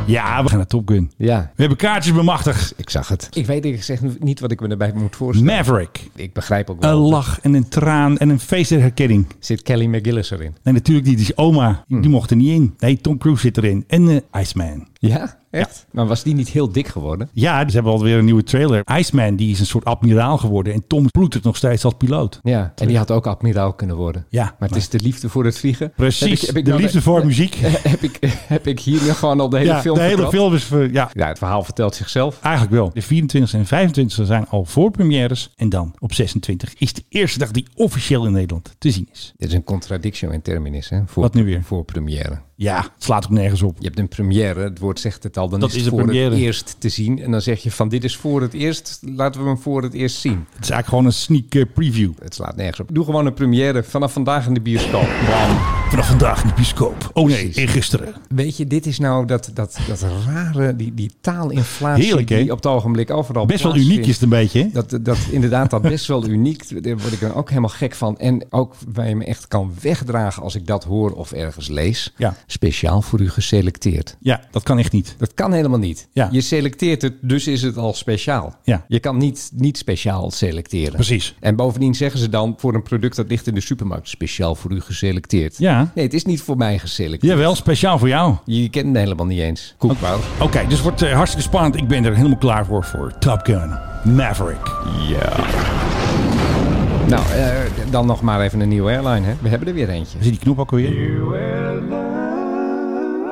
Speaker 2: Ja, we gaan naar Top Gun.
Speaker 3: Ja,
Speaker 2: We hebben kaartjes bemachtigd.
Speaker 3: ik zag het. Ik weet gezegd niet wat ik me erbij moet voorstellen.
Speaker 2: Maverick.
Speaker 3: Ik begrijp ook
Speaker 2: Een
Speaker 3: wel.
Speaker 2: lach en een traan en een feest der herkenning.
Speaker 3: Zit Kelly McGillis erin?
Speaker 2: Nee, natuurlijk niet. Die is oma.
Speaker 3: Hmm.
Speaker 2: Die mocht er niet in. Nee, Tom Cruise zit erin. En eh Iceman.
Speaker 3: Ja, echt? Maar was die niet heel dik geworden?
Speaker 2: Ja, ze hebben alweer een nieuwe trailer. Iceman, die is een soort admiraal geworden. En Tom bloedt het nog steeds als piloot.
Speaker 3: Ja, en die had ook admiraal kunnen worden.
Speaker 2: Ja,
Speaker 3: maar het
Speaker 2: maar-
Speaker 3: is de liefde voor het vliegen.
Speaker 2: Precies.
Speaker 3: Heb ik- heb ik
Speaker 2: de
Speaker 3: nou
Speaker 2: liefde voor muziek.
Speaker 3: Heb ik, heb ik hier nu gewoon al de hele
Speaker 2: ja,
Speaker 3: film
Speaker 2: de hele
Speaker 3: verklapt?
Speaker 2: film is... ver- ja,
Speaker 3: Ja, het verhaal vertelt zichzelf.
Speaker 2: Eigenlijk wel. De 24 en 25 zijn al voorpremières. En dan op 26 is de eerste dag die officieel in Nederland te zien is.
Speaker 3: Dit is een contradictio in terminis, hè? Voor,
Speaker 2: Wat nu weer?
Speaker 3: Voor première.
Speaker 2: Ja, het slaat ook nergens op.
Speaker 3: Je hebt een première, het woord zegt het al, dan
Speaker 2: Dat
Speaker 3: is het
Speaker 2: is een
Speaker 3: voor het
Speaker 2: première.
Speaker 3: eerst te zien. En dan zeg je van dit is voor het eerst, laten we hem voor het eerst zien.
Speaker 2: Het is eigenlijk gewoon een sneak eh, preview.
Speaker 3: Het slaat nergens op. Doe gewoon een première vanaf vandaag in de bioscoop.
Speaker 2: Vanaf vandaag in de bioscoop. Oh nee, en gisteren.
Speaker 3: Weet je, dit is nou dat, dat, dat rare, die, die taalinflatie
Speaker 2: Heerlijk, hè?
Speaker 3: die op het ogenblik overal
Speaker 2: Best wel
Speaker 3: plaatsvindt.
Speaker 2: uniek is het een beetje. hè?
Speaker 3: Dat, dat inderdaad, dat best wel uniek. Daar word ik dan ook helemaal gek van. En ook waar je me echt kan wegdragen als ik dat hoor of ergens lees.
Speaker 2: Ja.
Speaker 3: Speciaal voor u geselecteerd.
Speaker 2: Ja, dat kan echt niet.
Speaker 3: Dat kan helemaal niet.
Speaker 2: Ja.
Speaker 3: Je selecteert het, dus is het al speciaal.
Speaker 2: Ja.
Speaker 3: Je kan niet, niet speciaal selecteren.
Speaker 2: Precies.
Speaker 3: En bovendien zeggen ze dan voor een product dat ligt in de supermarkt speciaal voor u geselecteerd.
Speaker 2: Ja.
Speaker 3: Nee, het is niet voor mij geselecteerd.
Speaker 2: Jawel, speciaal voor jou.
Speaker 3: Je kent hem helemaal niet eens. Koekbouw.
Speaker 2: Oké, dus het wordt eh, hartstikke spannend. Ik ben er helemaal klaar voor, voor Top Gun. Maverick.
Speaker 3: Nou, eh, dan nog maar even een nieuwe airline. Hè? We hebben er weer eentje.
Speaker 2: Zit die knop ook weer?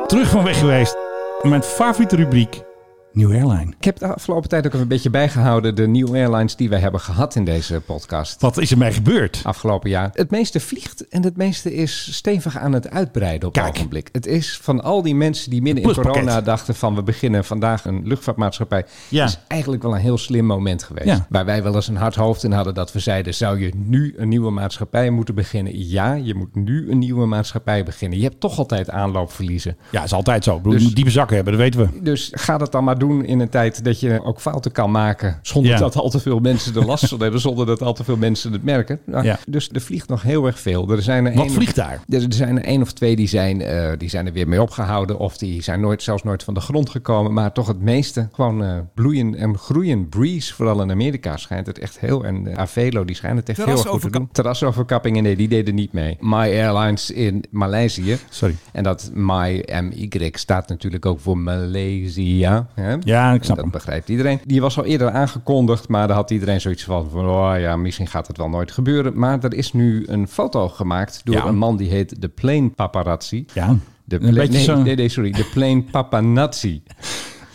Speaker 2: Terug van weg geweest. Mijn favoriete rubriek. New Airline.
Speaker 3: Ik heb de afgelopen tijd ook een beetje bijgehouden de nieuwe airlines die wij hebben gehad in deze podcast.
Speaker 2: Wat is er mij gebeurd?
Speaker 3: Afgelopen jaar. Het meeste vliegt en het meeste is stevig aan het uitbreiden op het
Speaker 2: Kijk.
Speaker 3: ogenblik. Het is van al die mensen die midden in
Speaker 2: Pluspakket.
Speaker 3: corona dachten van we beginnen vandaag een luchtvaartmaatschappij.
Speaker 2: Ja.
Speaker 3: is eigenlijk wel een heel slim moment geweest.
Speaker 2: Ja.
Speaker 3: Waar wij wel eens een hard hoofd in hadden dat we zeiden zou je nu een nieuwe maatschappij moeten beginnen? Ja, je moet nu een nieuwe maatschappij beginnen. Je hebt toch altijd aanloopverliezen.
Speaker 2: Ja, is altijd zo. Ik bedoel, Je
Speaker 3: Dus-
Speaker 2: moet diepe zakken hebben, dat weten we.
Speaker 3: Dus ga dat dan maar doen in een tijd dat je ook fouten kan maken. Zonder
Speaker 2: Ja.
Speaker 3: dat al te veel mensen er last van hebben. Zonder dat al te veel mensen het merken. Nou,
Speaker 2: Ja.
Speaker 3: Dus er vliegt nog heel erg veel. Er zijn er
Speaker 2: Wat
Speaker 3: één-
Speaker 2: vliegt daar?
Speaker 3: Er er zijn er één of twee die zijn, eh, die zijn er weer mee opgehouden. Of die zijn nooit, zelfs nooit van de grond gekomen. Maar toch het meeste gewoon eh, bloeien en groeien. Breeze, vooral in Amerika, schijnt het echt heel. En eh, Avelo, die schijnt het echt heel erg goed te doen. Terrasoverkappingen, nee, die deden niet mee. My Airlines in Maleisië.
Speaker 2: Sorry.
Speaker 3: En dat My MY staat natuurlijk ook voor Maleisië. Hè?
Speaker 2: Ja, ik snap
Speaker 3: dat
Speaker 2: hem.
Speaker 3: begrijpt iedereen. Die was al eerder aangekondigd, maar daar had iedereen zoiets van, van oh ja, misschien gaat het wel nooit gebeuren. Maar er is nu een foto gemaakt door
Speaker 2: Ja.
Speaker 3: een man die heet de Plane Paparazzi.
Speaker 2: Ja.
Speaker 3: De
Speaker 2: Een
Speaker 3: pla-
Speaker 2: beetje
Speaker 3: nee,
Speaker 2: zo-
Speaker 3: nee, nee, sorry. De Plane Papanazzi.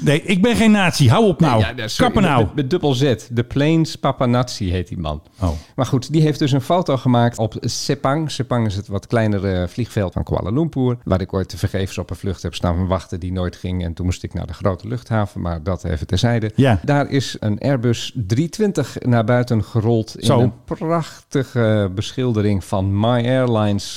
Speaker 2: Nee, ik ben geen nazi. Hou op nou.
Speaker 3: Ja, dat is-
Speaker 2: Kappen nou.
Speaker 3: Met, met dubbel Z. De Plains Papanazzi heet die man.
Speaker 2: Oh.
Speaker 3: Maar goed, die heeft dus een foto gemaakt op Sepang. Sepang is het wat kleinere vliegveld van Kuala Lumpur. Waar ik ooit te vergeefs op een vlucht heb staan wachten die nooit ging. En toen moest ik naar de grote luchthaven, maar dat even terzijde.
Speaker 2: Ja.
Speaker 3: Daar is een Airbus 320 naar buiten gerold. In
Speaker 2: Zo.
Speaker 3: een prachtige beschildering van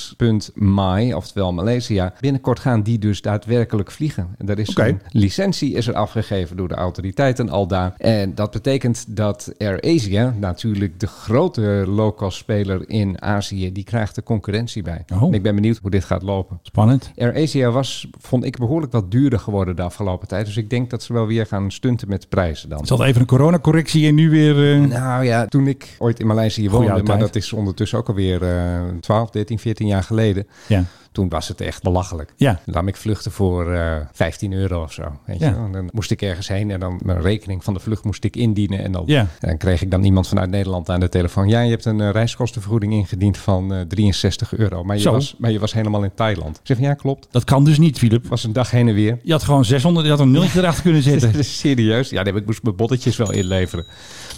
Speaker 3: myairlines.my, oftewel Maleisië. Binnenkort gaan die dus daadwerkelijk vliegen. En daar is
Speaker 2: Oké.
Speaker 3: een licentie is er afgegeven door de autoriteiten al daar. En dat betekent dat AirAsia, natuurlijk de grote low-cost speler in Azië, die krijgt de concurrentie bij.
Speaker 2: Oh.
Speaker 3: En ik ben benieuwd hoe dit gaat lopen.
Speaker 2: Spannend.
Speaker 3: AirAsia was, vond ik, behoorlijk wat duurder geworden de afgelopen tijd. Dus ik denk dat ze wel weer gaan stunten met de prijzen dan.
Speaker 2: Zat even een coronacorrectie en nu weer... eh,
Speaker 3: Nou ja, toen ik ooit in Maleisië
Speaker 2: Goeie
Speaker 3: woonde,
Speaker 2: oude
Speaker 3: maar
Speaker 2: tijd.
Speaker 3: dat is ondertussen ook alweer eh 12, 13, 14 jaar geleden.
Speaker 2: Ja.
Speaker 3: Toen was het echt belachelijk.
Speaker 2: Ja.
Speaker 3: Dan nam ik vluchten voor eh, 15 euro of zo. Weet
Speaker 2: Ja.
Speaker 3: je? wel. En dan moest ik ergens heen en dan mijn rekening van de vlucht moest ik indienen. En dan,
Speaker 2: Ja.
Speaker 3: dan kreeg ik dan iemand vanuit Nederland aan de telefoon. Ja, je hebt een eh, reiskostenvergoeding ingediend van eh, 63 euro. Maar je,
Speaker 2: Zo.
Speaker 3: was, maar je was helemaal in Thailand. Ik zeg van ja, klopt.
Speaker 2: Dat kan dus niet, Filip.
Speaker 3: was een dag heen en weer.
Speaker 2: Je had gewoon 600, je had een nulletje erachter kunnen zetten.
Speaker 3: Dat is serieus? Ja, nee, maar ik moest mijn bottetjes wel inleveren.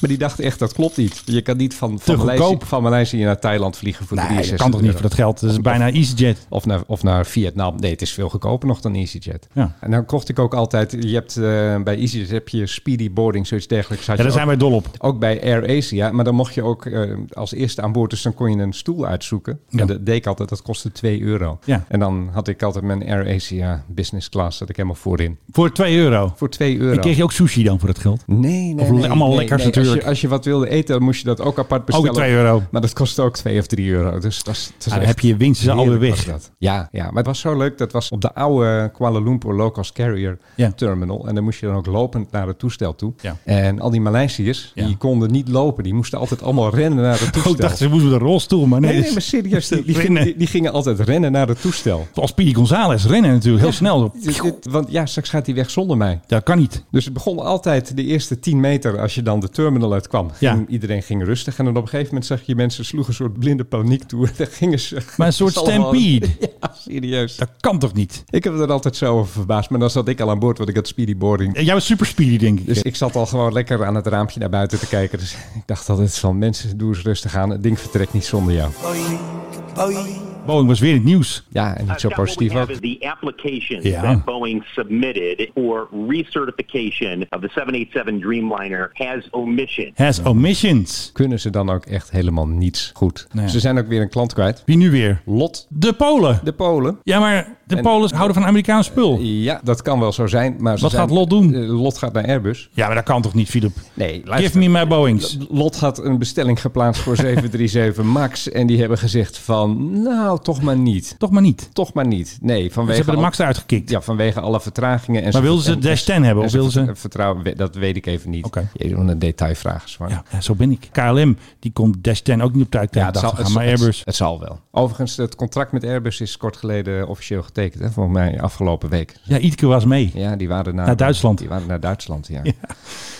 Speaker 3: Maar die dacht echt, dat klopt niet. Je kan niet van, van,
Speaker 2: Te
Speaker 3: Maleisië,
Speaker 2: goedkoop.
Speaker 3: van Maleisië naar Thailand vliegen voor
Speaker 2: Nee,
Speaker 3: 63
Speaker 2: dat kan toch niet
Speaker 3: euro.
Speaker 2: voor dat geld. Dat is bijna EasyJet.
Speaker 3: Of naar, of naar Vietnam. Nee, het is veel goedkoper nog dan EasyJet.
Speaker 2: Ja.
Speaker 3: En dan kocht ik ook altijd... Je hebt, eh, bij EasyJet heb je speedy boarding, zoiets dergelijks. Had
Speaker 2: Ja,
Speaker 3: je
Speaker 2: daar zijn
Speaker 3: ook,
Speaker 2: wij dol op.
Speaker 3: ook bij AirAsia. Maar dan mocht je ook eh, als eerste aan boord. Dus dan kon je een stoel uitzoeken.
Speaker 2: Ja.
Speaker 3: En dat deed ik altijd. Dat kostte 2 euro.
Speaker 2: Ja.
Speaker 3: En dan had ik altijd mijn AirAsia business class. Zat ik helemaal voorin.
Speaker 2: Voor 2 euro.
Speaker 3: Voor 2 euro.
Speaker 2: En kreeg je ook sushi dan voor dat geld?
Speaker 3: Nee, nee,
Speaker 2: Of
Speaker 3: nee,
Speaker 2: allemaal
Speaker 3: nee,
Speaker 2: lekkers
Speaker 3: nee. Als je- Als
Speaker 2: natuurlijk.
Speaker 3: je, wat wilde eten, dan moest je dat ook apart bestellen.
Speaker 2: Ook 2 euro.
Speaker 3: Maar dat kostte ook 2 of 3 euro. Dus dat is, dat is
Speaker 2: Ah, dan
Speaker 3: echt
Speaker 2: heb je je winsten
Speaker 3: heerlijk
Speaker 2: alweer
Speaker 3: was
Speaker 2: weg.
Speaker 3: dat. Ja, ja, maar het was zo leuk. Dat was op de oude Kuala Lumpur Low Cost Carrier
Speaker 2: Ja.
Speaker 3: Terminal. En dan moest je dan ook lopend naar het toestel toe.
Speaker 2: Ja.
Speaker 3: En al die Maleisiërs,
Speaker 2: Ja.
Speaker 3: die konden niet lopen. Die moesten altijd allemaal rennen naar het toestel.
Speaker 2: Oh, ik dacht, ze moesten met een rolstoel, maar nee.
Speaker 3: nee, nee,
Speaker 2: dat is-
Speaker 3: maar serieus. Die, die,
Speaker 2: Rennen.
Speaker 3: gingen, die- die gingen altijd rennen naar het toestel.
Speaker 2: Als Speedy Gonzales rennen natuurlijk heel snel.
Speaker 3: Dit- dit- want ja, straks gaat hij weg zonder mij.
Speaker 2: Dat kan niet.
Speaker 3: Dus het begon altijd de eerste 10 meter als je dan de terminal uitkwam.
Speaker 2: Ja.
Speaker 3: Ging- Iedereen ging rustig. En dan op een gegeven moment zag je mensen sloegen een soort blinde paniek toe. En dan gingen ze.
Speaker 2: Maar een soort stampede.
Speaker 3: Ja, serieus.
Speaker 2: Dat kan toch niet?
Speaker 3: Ik heb er altijd zo over verbaasd. Maar dan zat ik al aan boord, want ik had speedy boarding.
Speaker 2: Eh, Jij was super Speedy, denk ik.
Speaker 3: Dus ik zat al gewoon lekker aan het raampje naar buiten te kijken. Dus ik dacht altijd van mensen, doe eens rustig aan. Het ding vertrekt niet zonder jou.
Speaker 2: Eh, Boeing was weer in het nieuws.
Speaker 3: Ja, en niet zo
Speaker 4: Scott, what we
Speaker 3: positief
Speaker 4: have
Speaker 3: ook.
Speaker 4: is the applications
Speaker 2: Yeah.
Speaker 4: that Boeing submitted for recertification of the 787 Dreamliner has omission.
Speaker 2: Has omissions.
Speaker 3: Kunnen ze dan ook echt helemaal niets goed.
Speaker 2: Nee.
Speaker 3: Ze zijn ook weer een klant kwijt.
Speaker 2: Wie nu weer?
Speaker 3: Lot,
Speaker 2: De Polen.
Speaker 3: de Polen.
Speaker 2: Ja, maar de
Speaker 3: En-
Speaker 2: Polen houden van Amerikaans spul.
Speaker 3: Ja, dat kan wel zo zijn. Maar ze
Speaker 2: Wat
Speaker 3: zijn-
Speaker 2: gaat Lot doen?
Speaker 3: Eh, Lot gaat naar Airbus.
Speaker 2: Ja, maar dat kan toch niet, Philip?
Speaker 3: Nee,
Speaker 2: Give me my Boeings.
Speaker 3: Lot had een bestelling geplaatst voor 737 MAX. En die hebben gezegd van, nou, toch maar niet.
Speaker 2: Toch maar niet. Ze
Speaker 3: Toch maar niet. Nee, vanwege...
Speaker 2: hebben de
Speaker 3: al-
Speaker 2: Max eruit gekikt.
Speaker 3: Ja, vanwege alle vertragingen. En
Speaker 2: Maar wilden ze
Speaker 3: en-
Speaker 2: Dash 10 hebben,
Speaker 3: en
Speaker 2: of wilden ze-
Speaker 3: Vertrouwen, we- dat weet ik even niet.
Speaker 2: Oké.
Speaker 3: Je doet een detailvraag, zwaar.
Speaker 2: Ja, ja, zo ben ik. KLM, die kon Dash 10 ook niet op tijd ja, dacht, gaan, maar Airbus.
Speaker 3: Het, zal wel. Overigens, het contract met Airbus is kort geleden officieel getekend. Hè, volgens mij afgelopen week.
Speaker 2: Ja, Ietke was mee.
Speaker 3: Ja, die waren naar,
Speaker 2: Naar Duitsland.
Speaker 3: Die waren naar Duitsland, ja.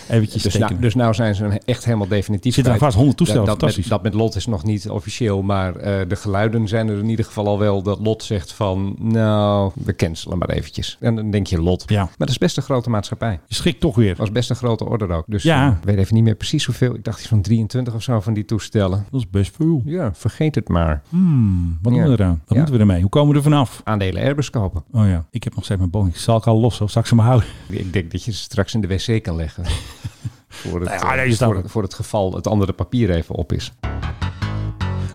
Speaker 2: Eventjes
Speaker 3: Dus
Speaker 2: tekenen.
Speaker 3: nou, dus nou zijn ze echt helemaal definitief
Speaker 2: Zitten er
Speaker 3: kwijt.
Speaker 2: vast 100 toestellen,
Speaker 3: Dat, dat, met,
Speaker 2: fantastisch.
Speaker 3: dat met Lot is nog niet officieel, maar eh, de geluiden zijn er in ieder geval al wel. Dat Lot zegt van, nou, we cancelen maar eventjes. En dan denk je Lot.
Speaker 2: Ja.
Speaker 3: Maar dat is best een grote maatschappij.
Speaker 2: Je schrikt toch weer.
Speaker 3: was best een grote order ook. Dus
Speaker 2: Ja.
Speaker 3: eh, ik weet even niet meer precies hoeveel. Ik dacht iets van 23 of zo van die toestellen.
Speaker 2: Dat is best veel.
Speaker 3: Ja, vergeet het maar.
Speaker 2: Wat doen
Speaker 3: Ja.
Speaker 2: we eraan? Wat
Speaker 3: Ja.
Speaker 2: moeten we ermee? Hoe komen we er vanaf?
Speaker 3: Aandelen Airbus kopen.
Speaker 2: Oh ja, ik heb nog steeds mijn Boeing. Zal ik al los of zal ik ze maar houden?
Speaker 3: Ik denk dat je ze straks in de wc kan leggen. voor, het,
Speaker 2: Nou Ja,
Speaker 3: eh,
Speaker 2: nee, is dat-
Speaker 3: voor, het- voor het geval het andere papier even op is.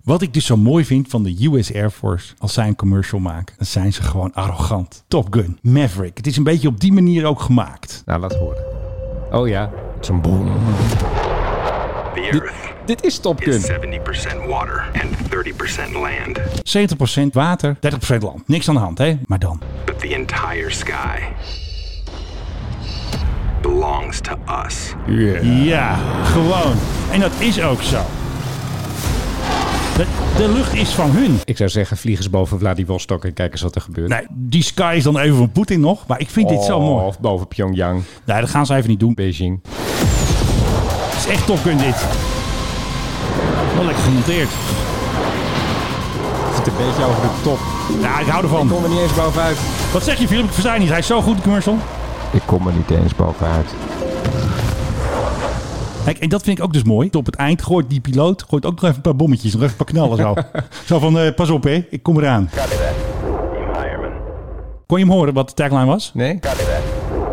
Speaker 2: Wat ik dus zo mooi vind van de US Air Force, als zij een commercial maken, dan zijn ze gewoon arrogant. Top Gun, Maverick. Het is een beetje op die manier ook gemaakt.
Speaker 3: Nou, laat horen. Oh ja, zo'n boom. Dit, dit is Top Gun.
Speaker 12: 70% water and 30% land,
Speaker 2: 70% water, 30% land. Niks aan de hand, hè? Maar dan.
Speaker 12: but the entire sky belongs to us.
Speaker 2: Ja, gewoon. En dat is ook zo. De, de lucht is van hun.
Speaker 3: Ik zou zeggen, vlieg eens boven Vladivostok en kijk eens wat er gebeurt.
Speaker 2: Nee, die sky is dan even van Poetin nog. Maar ik vind dit zo
Speaker 3: Oh,
Speaker 2: mooi.
Speaker 3: Of boven Pyongyang,
Speaker 2: Nee, dat gaan ze even niet doen.
Speaker 3: Beijing.
Speaker 2: Het is echt Top Gun dit. Wel lekker gemonteerd.
Speaker 3: Het zit een beetje over de top.
Speaker 2: Ja, ik hou
Speaker 3: Ik
Speaker 2: ervan.
Speaker 3: kom er niet eens bovenuit.
Speaker 2: Wat zeg je, Philip? Ik versta je niet. Hij is zo goed, die commercial.
Speaker 3: Ik kom er niet eens bovenuit.
Speaker 2: Kijk, en dat vind ik ook dus mooi. Op het eind gooit die piloot gooit ook nog even een paar bommetjes. Nog even een paar knallen zo. zo van, eh, pas op hè, ik kom eraan.
Speaker 12: Copy that. Team Hireman.
Speaker 2: Kon je hem horen wat de tagline was?
Speaker 3: Nee?
Speaker 12: Copy that.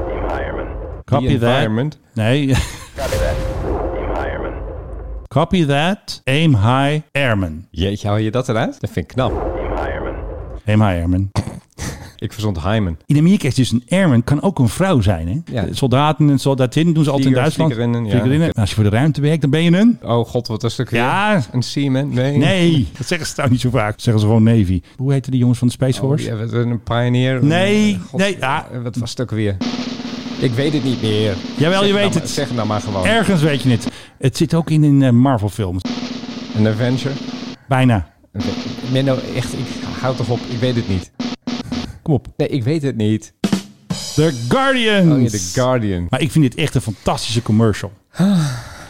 Speaker 12: Team Hireman.
Speaker 2: Copy
Speaker 3: The
Speaker 2: that.
Speaker 3: environment.
Speaker 2: Nee,
Speaker 12: Copy that. Team Hireman.
Speaker 2: copy that. Aim high, airman.
Speaker 3: Jeetje, haal je dat eruit? Dat vind ik knap.
Speaker 12: Team Hireman.
Speaker 2: Aim high, airman.
Speaker 3: Ik verzond Hyman.
Speaker 2: In Amerika is dus een airman kan ook een vrouw zijn. Hè?
Speaker 3: Ja.
Speaker 2: De Soldaten en soldatinnen doen ze altijd in
Speaker 3: Vliegers,
Speaker 2: Duitsland.
Speaker 3: vliegerinnen, ja.
Speaker 2: Vliegerinnen. Als je voor de ruimte werkt, dan ben je een...
Speaker 3: Oh god, wat was dat weer?
Speaker 2: Ja.
Speaker 3: Een seaman? Nee.
Speaker 2: Nee, dat zeggen ze nou niet zo vaak. Dat zeggen ze gewoon Navy. Hoe heten die jongens van de Space
Speaker 3: Oh,
Speaker 2: Force?
Speaker 3: ja, wat een pioneer. Eh,
Speaker 2: Nee,
Speaker 3: God,
Speaker 2: nee, ja.
Speaker 3: Wat was het ook weer? Ik weet het niet meer.
Speaker 2: Jawel, je weet
Speaker 3: Zeg nou maar-
Speaker 2: het.
Speaker 3: Zeg het nou maar gewoon.
Speaker 2: Oh. Ergens weet je het. Het zit ook in een eh, Marvel-film.
Speaker 3: Een adventure.
Speaker 2: Bijna.
Speaker 3: Menno, echt, ik hou toch op. Ik weet het niet.
Speaker 2: Kom op.
Speaker 3: Nee, ik weet het niet.
Speaker 2: The
Speaker 3: Oh, ja,
Speaker 2: Guardians.
Speaker 3: The Guardian.
Speaker 2: maar ik vind dit echt een fantastische commercial.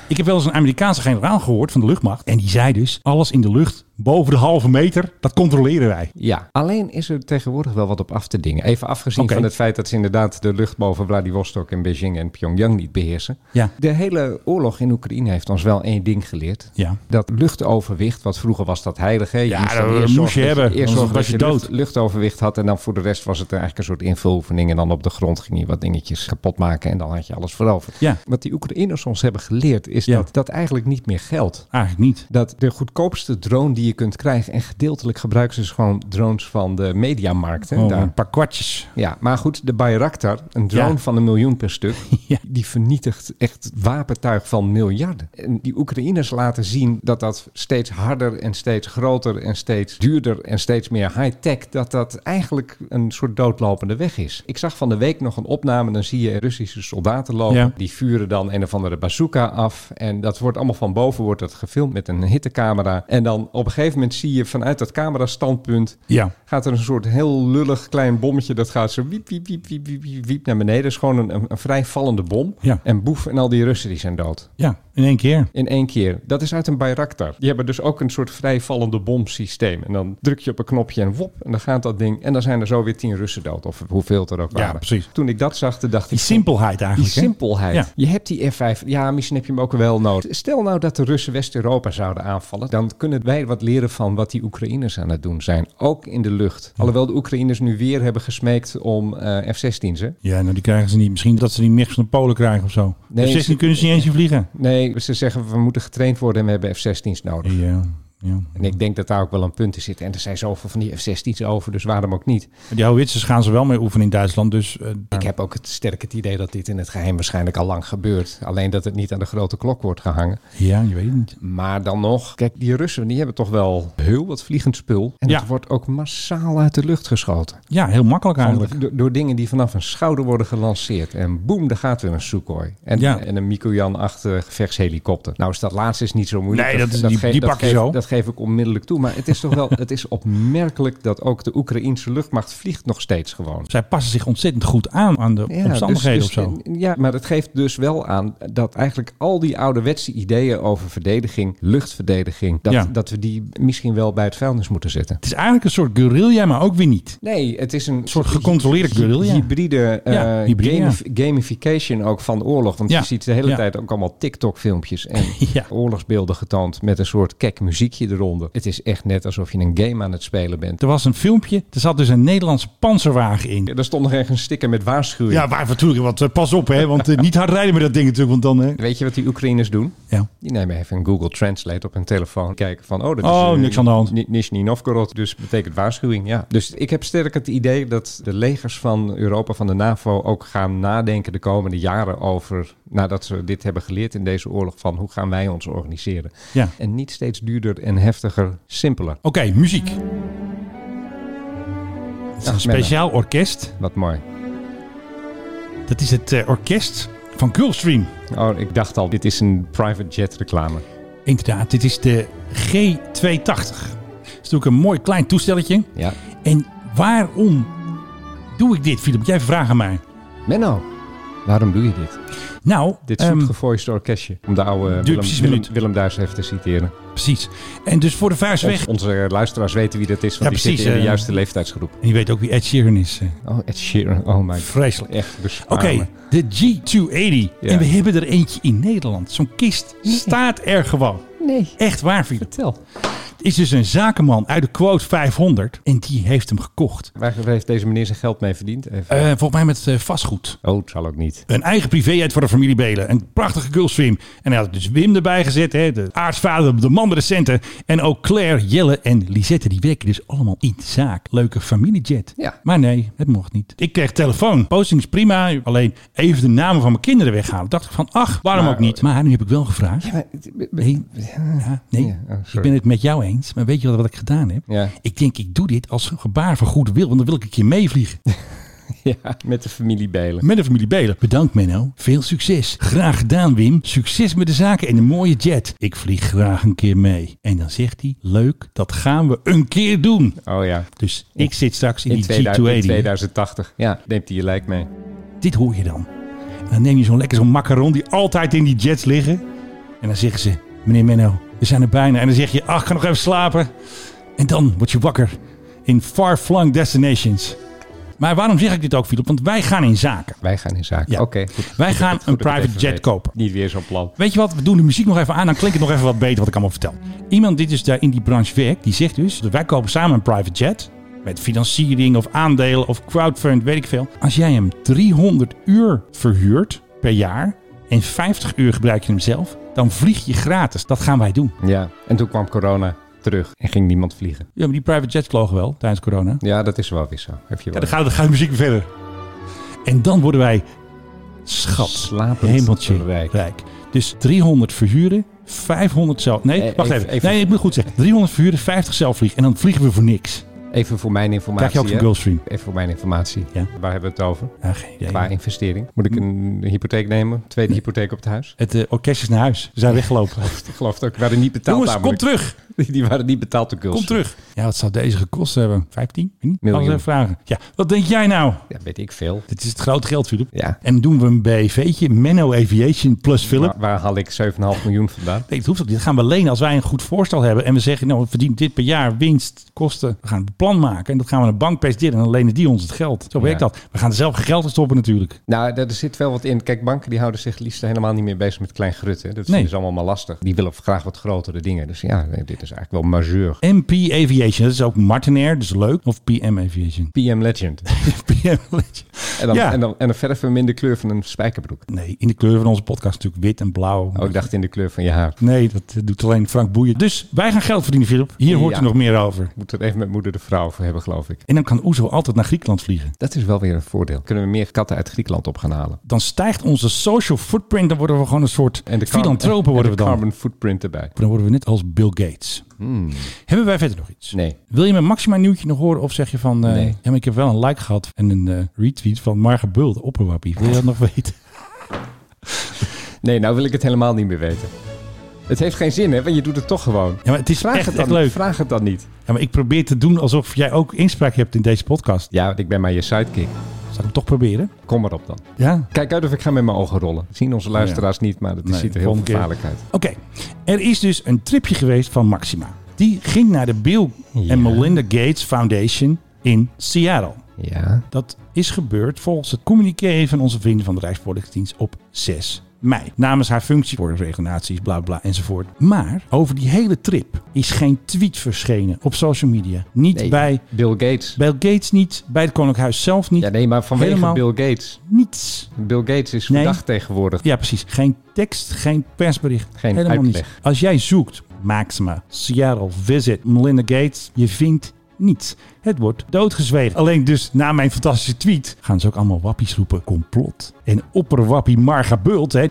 Speaker 2: Ik heb wel eens een Amerikaanse generaal gehoord van de luchtmacht. En die zei dus, alles in de lucht boven de halve meter, dat controleren wij.
Speaker 3: Ja, alleen is er tegenwoordig wel wat op af te dingen. Even afgezien
Speaker 2: Oké.
Speaker 3: van het feit dat ze inderdaad de lucht boven Vladivostok en Beijing en Pyongyang niet beheersen.
Speaker 2: Ja.
Speaker 3: De hele oorlog in Oekraïne heeft ons wel één ding geleerd.
Speaker 2: Ja.
Speaker 3: Dat luchtoverwicht, wat vroeger was dat heilig. Hè? Je
Speaker 2: Ja,
Speaker 3: dan
Speaker 2: dat
Speaker 3: eerst
Speaker 2: moest
Speaker 3: zorgen
Speaker 2: je hebben,
Speaker 3: Eerst
Speaker 2: anders
Speaker 3: zorgen dat
Speaker 2: was
Speaker 3: je
Speaker 2: je
Speaker 3: lucht-
Speaker 2: dood.
Speaker 3: luchtoverwicht had en dan voor de rest was het eigenlijk een soort invuloefening. En dan op de grond ging je wat dingetjes kapot maken en dan had je alles veroverd.
Speaker 2: Ja.
Speaker 3: Wat die Oekraïners ons hebben geleerd is
Speaker 2: Ja.
Speaker 3: dat dat eigenlijk niet meer geldt
Speaker 2: Eigenlijk niet.
Speaker 3: dat de goedkoopste drone die je kunt krijgen, en gedeeltelijk gebruiken ze dus gewoon drones van de mediamarkten.
Speaker 2: Gewoon
Speaker 3: daar.
Speaker 2: een paar kwartjes.
Speaker 3: Ja, maar goed, de Bayraktar, een drone
Speaker 2: Ja.
Speaker 3: van een miljoen per stuk,
Speaker 2: Ja.
Speaker 3: die vernietigt echt wapentuig van miljarden. En die Oekraïners laten zien dat dat steeds harder en steeds groter en steeds duurder en steeds meer high-tech, dat dat eigenlijk een soort doodlopende weg is. Ik zag van de week nog een opname, dan zie je Russische soldaten lopen,
Speaker 2: Ja.
Speaker 3: die vuren dan een of andere bazooka af en dat wordt allemaal van boven wordt dat gefilmd met een hittecamera. En dan op een gegeven moment zie je vanuit dat camerastandpunt
Speaker 2: Ja.
Speaker 3: gaat er een soort heel lullig klein bommetje. Dat gaat zo wiep, wiep, wiep, wiep, wiep, wiep, wiep naar beneden. Dat is gewoon een, een, een vrij vallende bom.
Speaker 2: Ja.
Speaker 3: En boef, en al die Russen die zijn dood.
Speaker 2: Ja, in één keer.
Speaker 3: In één keer. Dat is uit een Bayraktar. Die hebben dus ook een soort vrij vallende bomsysteem. En dan druk je op een knopje en wop, en dan gaat dat ding. En dan zijn er zo weer tien Russen dood. Of hoeveel het er ook
Speaker 2: Ja,
Speaker 3: waren.
Speaker 2: precies.
Speaker 3: Toen ik dat zag, toen dacht
Speaker 2: Die
Speaker 3: ik...
Speaker 2: simpelheid eigenlijk.
Speaker 3: Die
Speaker 2: hè?
Speaker 3: simpelheid.
Speaker 2: Ja.
Speaker 3: Je hebt die F5. Ja, misschien heb je hem ook wel nodig. Stel nou dat de Russen West-Europa zouden aanvallen. Dan kunnen wij wat leren van wat die Oekraïners aan het doen zijn. Ook in de lucht. Alhoewel de Oekraïners nu weer hebben gesmeekt om eh, F-16's. hè?
Speaker 2: Ja, nou die krijgen ze niet. Misschien dat ze die mix van de Polen krijgen of zo.
Speaker 3: Nee,
Speaker 2: Nee,
Speaker 3: ze-
Speaker 2: kunnen ze niet eens in vliegen.
Speaker 3: Nee, ze zeggen we moeten getraind worden en we hebben F-16's nodig.
Speaker 2: Ja, ja.
Speaker 3: En ik denk dat daar ook wel een punt in zit. En er zijn zoveel van die F-16's over, dus waarom ook niet?
Speaker 2: Die houwitsers gaan ze wel mee oefenen in Duitsland. Dus eh,
Speaker 3: Ik heb ook het sterke het idee dat dit in het geheim waarschijnlijk al lang gebeurt. Alleen dat het niet aan de grote klok wordt gehangen.
Speaker 2: ja, je weet het niet.
Speaker 3: Maar dan nog, kijk, die Russen die hebben toch wel heel wat vliegend spul. En
Speaker 2: Ja.
Speaker 3: dat wordt ook massaal uit de lucht geschoten.
Speaker 2: Ja, heel makkelijk eigenlijk.
Speaker 3: Van- Door, door dingen die vanaf een schouder worden gelanceerd. En boem, daar gaat weer een Sukhoi. En,
Speaker 2: Ja.
Speaker 3: en een Mikoyan-achtige gevechtshelikopter. Nou is dat laatste is niet zo moeilijk.
Speaker 2: Nee, dat is- die- die pak je
Speaker 3: geef,
Speaker 2: zo.
Speaker 3: Dat geef ik onmiddellijk toe. Maar het is toch wel, het is opmerkelijk dat ook de Oekraïense luchtmacht vliegt nog steeds gewoon.
Speaker 2: Zij passen zich ontzettend goed aan aan de omstandigheden
Speaker 3: dus- dus-
Speaker 2: of zo.
Speaker 3: Ja, maar dat geeft dus wel aan dat eigenlijk al die ouderwetse ideeën over verdediging, luchtverdediging, dat,
Speaker 2: Ja.
Speaker 3: dat we die misschien wel bij het vuilnis moeten zetten.
Speaker 2: Het is eigenlijk een soort guerrilla, maar ook weer niet.
Speaker 3: Nee, het is een
Speaker 2: soort gecontroleerde
Speaker 3: hy- hy-
Speaker 2: guerrilla.
Speaker 3: Hybride, eh,
Speaker 2: Ja, hybride,
Speaker 3: gamif- gamification ook van de oorlog. Want
Speaker 2: Ja,
Speaker 3: je ziet de hele
Speaker 2: ja.
Speaker 3: tijd ook allemaal TikTok-filmpjes en
Speaker 2: Ja.
Speaker 3: oorlogsbeelden getoond met een soort kek muziekje muziekje eronder. Het is echt net alsof je een game aan het spelen bent.
Speaker 2: Er was een filmpje, er zat dus een Nederlandse panzerwagen in.
Speaker 3: Ja, daar stond nog echt een sticker met waarschuwing.
Speaker 2: Ja, waarschuwing, want eh, pas op hè, want eh, niet hard rijden met dat ding natuurlijk, want dan... Hè.
Speaker 3: Weet je wat die Oekraïners doen?
Speaker 2: Ja.
Speaker 3: Die nemen even een Google Translate op hun telefoon. Kijken van, oh, dat is...
Speaker 2: Oh,
Speaker 3: eh,
Speaker 2: niks aan de hand.
Speaker 3: Ni- Nizhny Novgorod, dus betekent waarschuwing, ja. Dus ik heb sterk het idee dat de legers van Europa, van de NAVO... ook gaan nadenken de komende jaren over... nadat ze dit hebben geleerd in deze oorlog... van hoe gaan wij ons organiseren.
Speaker 2: Ja.
Speaker 3: En niet steeds duurder en heftiger, simpeler.
Speaker 2: Oké, muziek. Het is
Speaker 3: Ach,
Speaker 2: een speciaal orkest.
Speaker 3: Wat mooi.
Speaker 2: Dat is het eh, orkest van Gulfstream.
Speaker 3: Oh, ik dacht al, dit is een private jet reclame.
Speaker 2: Inderdaad, dit is de G280. Dat is natuurlijk een mooi klein toestelletje.
Speaker 3: Ja.
Speaker 2: En waarom doe ik dit, Philip? Jij vraagt aan mij.
Speaker 3: Menno, waarom doe je dit?
Speaker 2: Nou,
Speaker 3: Dit
Speaker 2: ehm,
Speaker 3: zoetgevoiste orkestje. Om de oude Willem,
Speaker 2: precies
Speaker 3: Willem,
Speaker 2: minuut.
Speaker 3: Willem Duis even te citeren.
Speaker 2: precies. En dus voor de vuist weg.
Speaker 3: Ons- onze luisteraars weten wie dat
Speaker 2: Ja,
Speaker 3: is, want die
Speaker 2: precies,
Speaker 3: zitten in de
Speaker 2: eh.
Speaker 3: juiste leeftijdsgroep.
Speaker 2: En je weet ook wie Ed Sheeran is. eh.
Speaker 3: Oh, Ed Sheeran. Oh my god.
Speaker 2: Vreselijk.
Speaker 3: Echt
Speaker 2: Oké,
Speaker 3: bespaar me.
Speaker 2: de G280.
Speaker 3: Ja.
Speaker 2: En we hebben er eentje in Nederland. Zo'n kist staat er gewoon.
Speaker 3: Nee.
Speaker 2: Echt waar, Philip.
Speaker 3: Vertel.
Speaker 2: Het is dus een zakenman uit de quote 500. En die heeft hem gekocht.
Speaker 3: Waar heeft deze meneer zijn geld mee verdiend? Even.
Speaker 2: Eh, volgens mij met eh, vastgoed.
Speaker 3: oh, het zal ook niet.
Speaker 2: Een eigen privéheid voor de familie Belen. Een prachtige Gulfstream. En hij had dus Wim erbij gezet. Hè, de aartsvader, de man met de centen. En ook Claire, Jelle en Lisette. Die werken dus allemaal in de zaak. Leuke familiejet.
Speaker 3: Ja.
Speaker 2: Maar nee, het mocht niet. Ik kreeg telefoon. Posting is prima. Alleen even de namen van mijn kinderen weghalen. Dacht ik van, ach, waarom
Speaker 3: Maar-
Speaker 2: ook niet? Maar nu heb ik wel gevraagd. Nee, ja, nee.
Speaker 3: Ja, oh, sorry.
Speaker 2: ik ben het met jou eens. Maar weet je wat, wat ik gedaan heb?
Speaker 3: Ja.
Speaker 2: Ik denk, ik doe dit als een gebaar van goede wil. Want dan wil ik een keer meevliegen.
Speaker 3: Ja, met de familie Belen.
Speaker 2: Met de familie Belen. Bedankt Menno. Veel succes. Graag gedaan Wim. Succes met de zaken en een mooie jet. Ik vlieg graag een keer mee. En dan zegt hij, leuk, dat gaan we een keer doen.
Speaker 3: Oh ja.
Speaker 2: Dus ik zit straks in,
Speaker 3: In,
Speaker 2: die
Speaker 3: 2000, in
Speaker 2: G280.
Speaker 3: 2080. Ja, neemt hij je lijk mee.
Speaker 2: Dit hoor je dan. En dan neem je zo'n lekker zo'n macaron die altijd in die jets liggen. En dan zeggen ze, meneer Menno, we zijn er bijna. En dan zeg je, ach, ik ga nog even slapen. En dan word je wakker in far-flung destinations. Maar waarom zeg ik dit ook, Philip? Want wij gaan in zaken.
Speaker 3: Wij gaan in zaken.
Speaker 2: Ja.
Speaker 3: Oké, goed.
Speaker 2: Wij gaan
Speaker 3: Goed dat
Speaker 2: een
Speaker 3: ik het
Speaker 2: private
Speaker 3: even
Speaker 2: jet
Speaker 3: weet.
Speaker 2: kopen.
Speaker 3: Niet weer zo'n plan.
Speaker 2: Weet je wat, we doen de muziek nog even aan, dan klinkt het nog even wat beter wat ik allemaal vertel. Iemand die dus daar in die branche werkt, die zegt dus, wij kopen samen een private jet. Met financiering of aandelen of crowdfund, weet ik veel. Als jij hem 300 uur verhuurt per jaar en 50 uur gebruik je hem zelf, dan vlieg je gratis. Dat gaan wij doen.
Speaker 3: Ja, en toen kwam corona terug en ging niemand vliegen.
Speaker 2: Ja, maar die private jets vlogen wel tijdens corona.
Speaker 3: Ja, dat is wel weer zo. Heb je
Speaker 2: Ja,
Speaker 3: wel.
Speaker 2: dan gaat, dan gaat de muziek weer verder. En dan worden wij schat,
Speaker 3: Slapend
Speaker 2: hemeltje
Speaker 3: rijk.
Speaker 2: rijk. Dus 300 verhuren, 500 zelf... Nee,
Speaker 3: Eh,
Speaker 2: wacht
Speaker 3: even-
Speaker 2: even.
Speaker 3: even-
Speaker 2: Nee, ik moet goed zeggen. 300 verhuren, 50 zelf vliegen. En dan vliegen we voor niks.
Speaker 3: Even voor mijn informatie.
Speaker 2: Krijg je ook een
Speaker 3: hè?
Speaker 2: Gulfstream?
Speaker 3: Even voor mijn informatie.
Speaker 2: Ja.
Speaker 3: Waar hebben we het over?
Speaker 2: Ja, geen idee.
Speaker 3: Qua investering. Moet ik een hypotheek nemen? Tweede hypotheek op het huis?
Speaker 2: Het eh, orkest is naar huis. Ze zijn weggelopen.
Speaker 3: Ik geloof het ook. Die waren niet betaald
Speaker 2: Jongens, kom
Speaker 3: namelijk.
Speaker 2: terug.
Speaker 3: Die waren niet betaald door
Speaker 2: Kom
Speaker 3: Gulfstream.
Speaker 2: terug. Ja, wat zou deze gekost hebben? 15? Weet niet.
Speaker 3: Miljoen.
Speaker 2: Alles even vragen. Ja, wat denk jij nou?
Speaker 3: Ja, weet ik veel.
Speaker 2: Dit is het grote geld, Philip.
Speaker 3: Ja.
Speaker 2: En doen we een BV'tje. Menno Aviation plus Philip.
Speaker 3: Waar, waar haal ik 7,5 miljoen vandaan?
Speaker 2: Nee, dat hoeft ook niet. Dat gaan we lenen als wij een goed voorstel hebben. En we zeggen, nou, we verdienen dit per jaar winst, kosten. We gaan een plan maken. En dat gaan we een bank presteren. En dan lenen die ons het geld. Zo werkt
Speaker 3: Ja.
Speaker 2: dat. We gaan er zelf geen geld in stoppen natuurlijk.
Speaker 3: Nou, daar- er zit wel wat in. Kijk, banken die houden zich liefst helemaal niet meer bezig met klein grut. Hè. Dat is
Speaker 2: Nee.
Speaker 3: is allemaal maar lastig. Die willen graag wat grotere dingen. Dus ja, nee, dit is eigenlijk wel majeur.
Speaker 2: MP Aviation, dat is ook Martinair, dus leuk. Of PM Aviation.
Speaker 3: PM Legend.
Speaker 2: PM
Speaker 3: En dan,
Speaker 2: Ja.
Speaker 3: en dan, en dan verder verminder kleur van een spijkerbroek.
Speaker 2: Nee, in de kleur van onze podcast natuurlijk wit en blauw.
Speaker 3: Oh, ik dacht in de kleur van je haar.
Speaker 2: Nee, dat eh, doet alleen Frank Boeien. Dus wij gaan geld verdienen, Philip. Hier hoort
Speaker 3: Ja.
Speaker 2: u nog meer over.
Speaker 3: Ik moet er even met moeder de vrouw voor hebben, geloof ik.
Speaker 2: En dan kan Oezo altijd naar Griekenland vliegen.
Speaker 3: Dat is wel weer een voordeel. Kunnen we meer katten uit Griekenland op gaan halen.
Speaker 2: Dan stijgt onze social footprint. Dan worden we gewoon een soort
Speaker 3: car-
Speaker 2: filantropen
Speaker 3: en
Speaker 2: worden we
Speaker 3: de
Speaker 2: dan.
Speaker 3: carbon footprint erbij.
Speaker 2: Dan worden we net als Bill Gates. Hebben wij verder nog iets?
Speaker 3: Nee.
Speaker 2: Wil je mijn maxima nieuwtje nog horen? Of zeg je van... eh,
Speaker 3: Nee.
Speaker 2: Ja, maar ik heb wel een like gehad en een eh, retweet van Marge Bul, de opperwappie. Wil je dat nog weten?
Speaker 3: Nee, nou wil ik het helemaal niet meer weten. Het heeft geen zin, hè? Want je doet het toch gewoon.
Speaker 2: Ja, maar het is
Speaker 3: Vraag
Speaker 2: echt,
Speaker 3: het
Speaker 2: echt,
Speaker 3: dan,
Speaker 2: leuk.
Speaker 3: Vraag het dan niet.
Speaker 2: Ja, maar ik probeer te doen alsof jij ook inspraak hebt in deze podcast.
Speaker 3: Ja, want ik ben maar je sidekick.
Speaker 2: Zal ik hem toch proberen?
Speaker 3: Kom maar op dan.
Speaker 2: Ja.
Speaker 3: Kijk uit of ik ga met mijn ogen rollen. Dat zien onze luisteraars niet, maar dat
Speaker 2: Oh Nee,
Speaker 3: ziet er heel
Speaker 2: volgende keer.
Speaker 3: gevaarlijk uit.
Speaker 2: Oké. Er is dus een tripje geweest van Maxima. Die ging naar de Bill en Melinda Gates Foundation in Seattle.
Speaker 3: Ja.
Speaker 2: Dat is gebeurd volgens het communiqué van onze vrienden van de Rijksvoorlichtingsdienst op 6 mei. Namens haar functie voor de regenaties, bla bla enzovoort. Maar over die hele trip is geen tweet verschenen op social media. Niet
Speaker 3: Nee,
Speaker 2: bij
Speaker 3: Bill Gates.
Speaker 2: Bill Gates niet, bij het Koninklijk Huis zelf niet.
Speaker 3: Ja, nee, maar vanwege
Speaker 2: Helemaal
Speaker 3: Bill Gates.
Speaker 2: niets.
Speaker 3: Bill Gates is
Speaker 2: Nee.
Speaker 3: verdacht tegenwoordig.
Speaker 2: Ja, precies. Geen tekst, geen persbericht.
Speaker 3: Geen
Speaker 2: Helemaal
Speaker 3: uitleg.
Speaker 2: niets. Als jij zoekt, Maxima, Seattle, Visit, Melinda Gates, je vindt niets. Het wordt doodgezwegen. Alleen dus na mijn fantastische tweet gaan ze ook allemaal wappies roepen. Complot. En opperwappie Marga Bult, hè,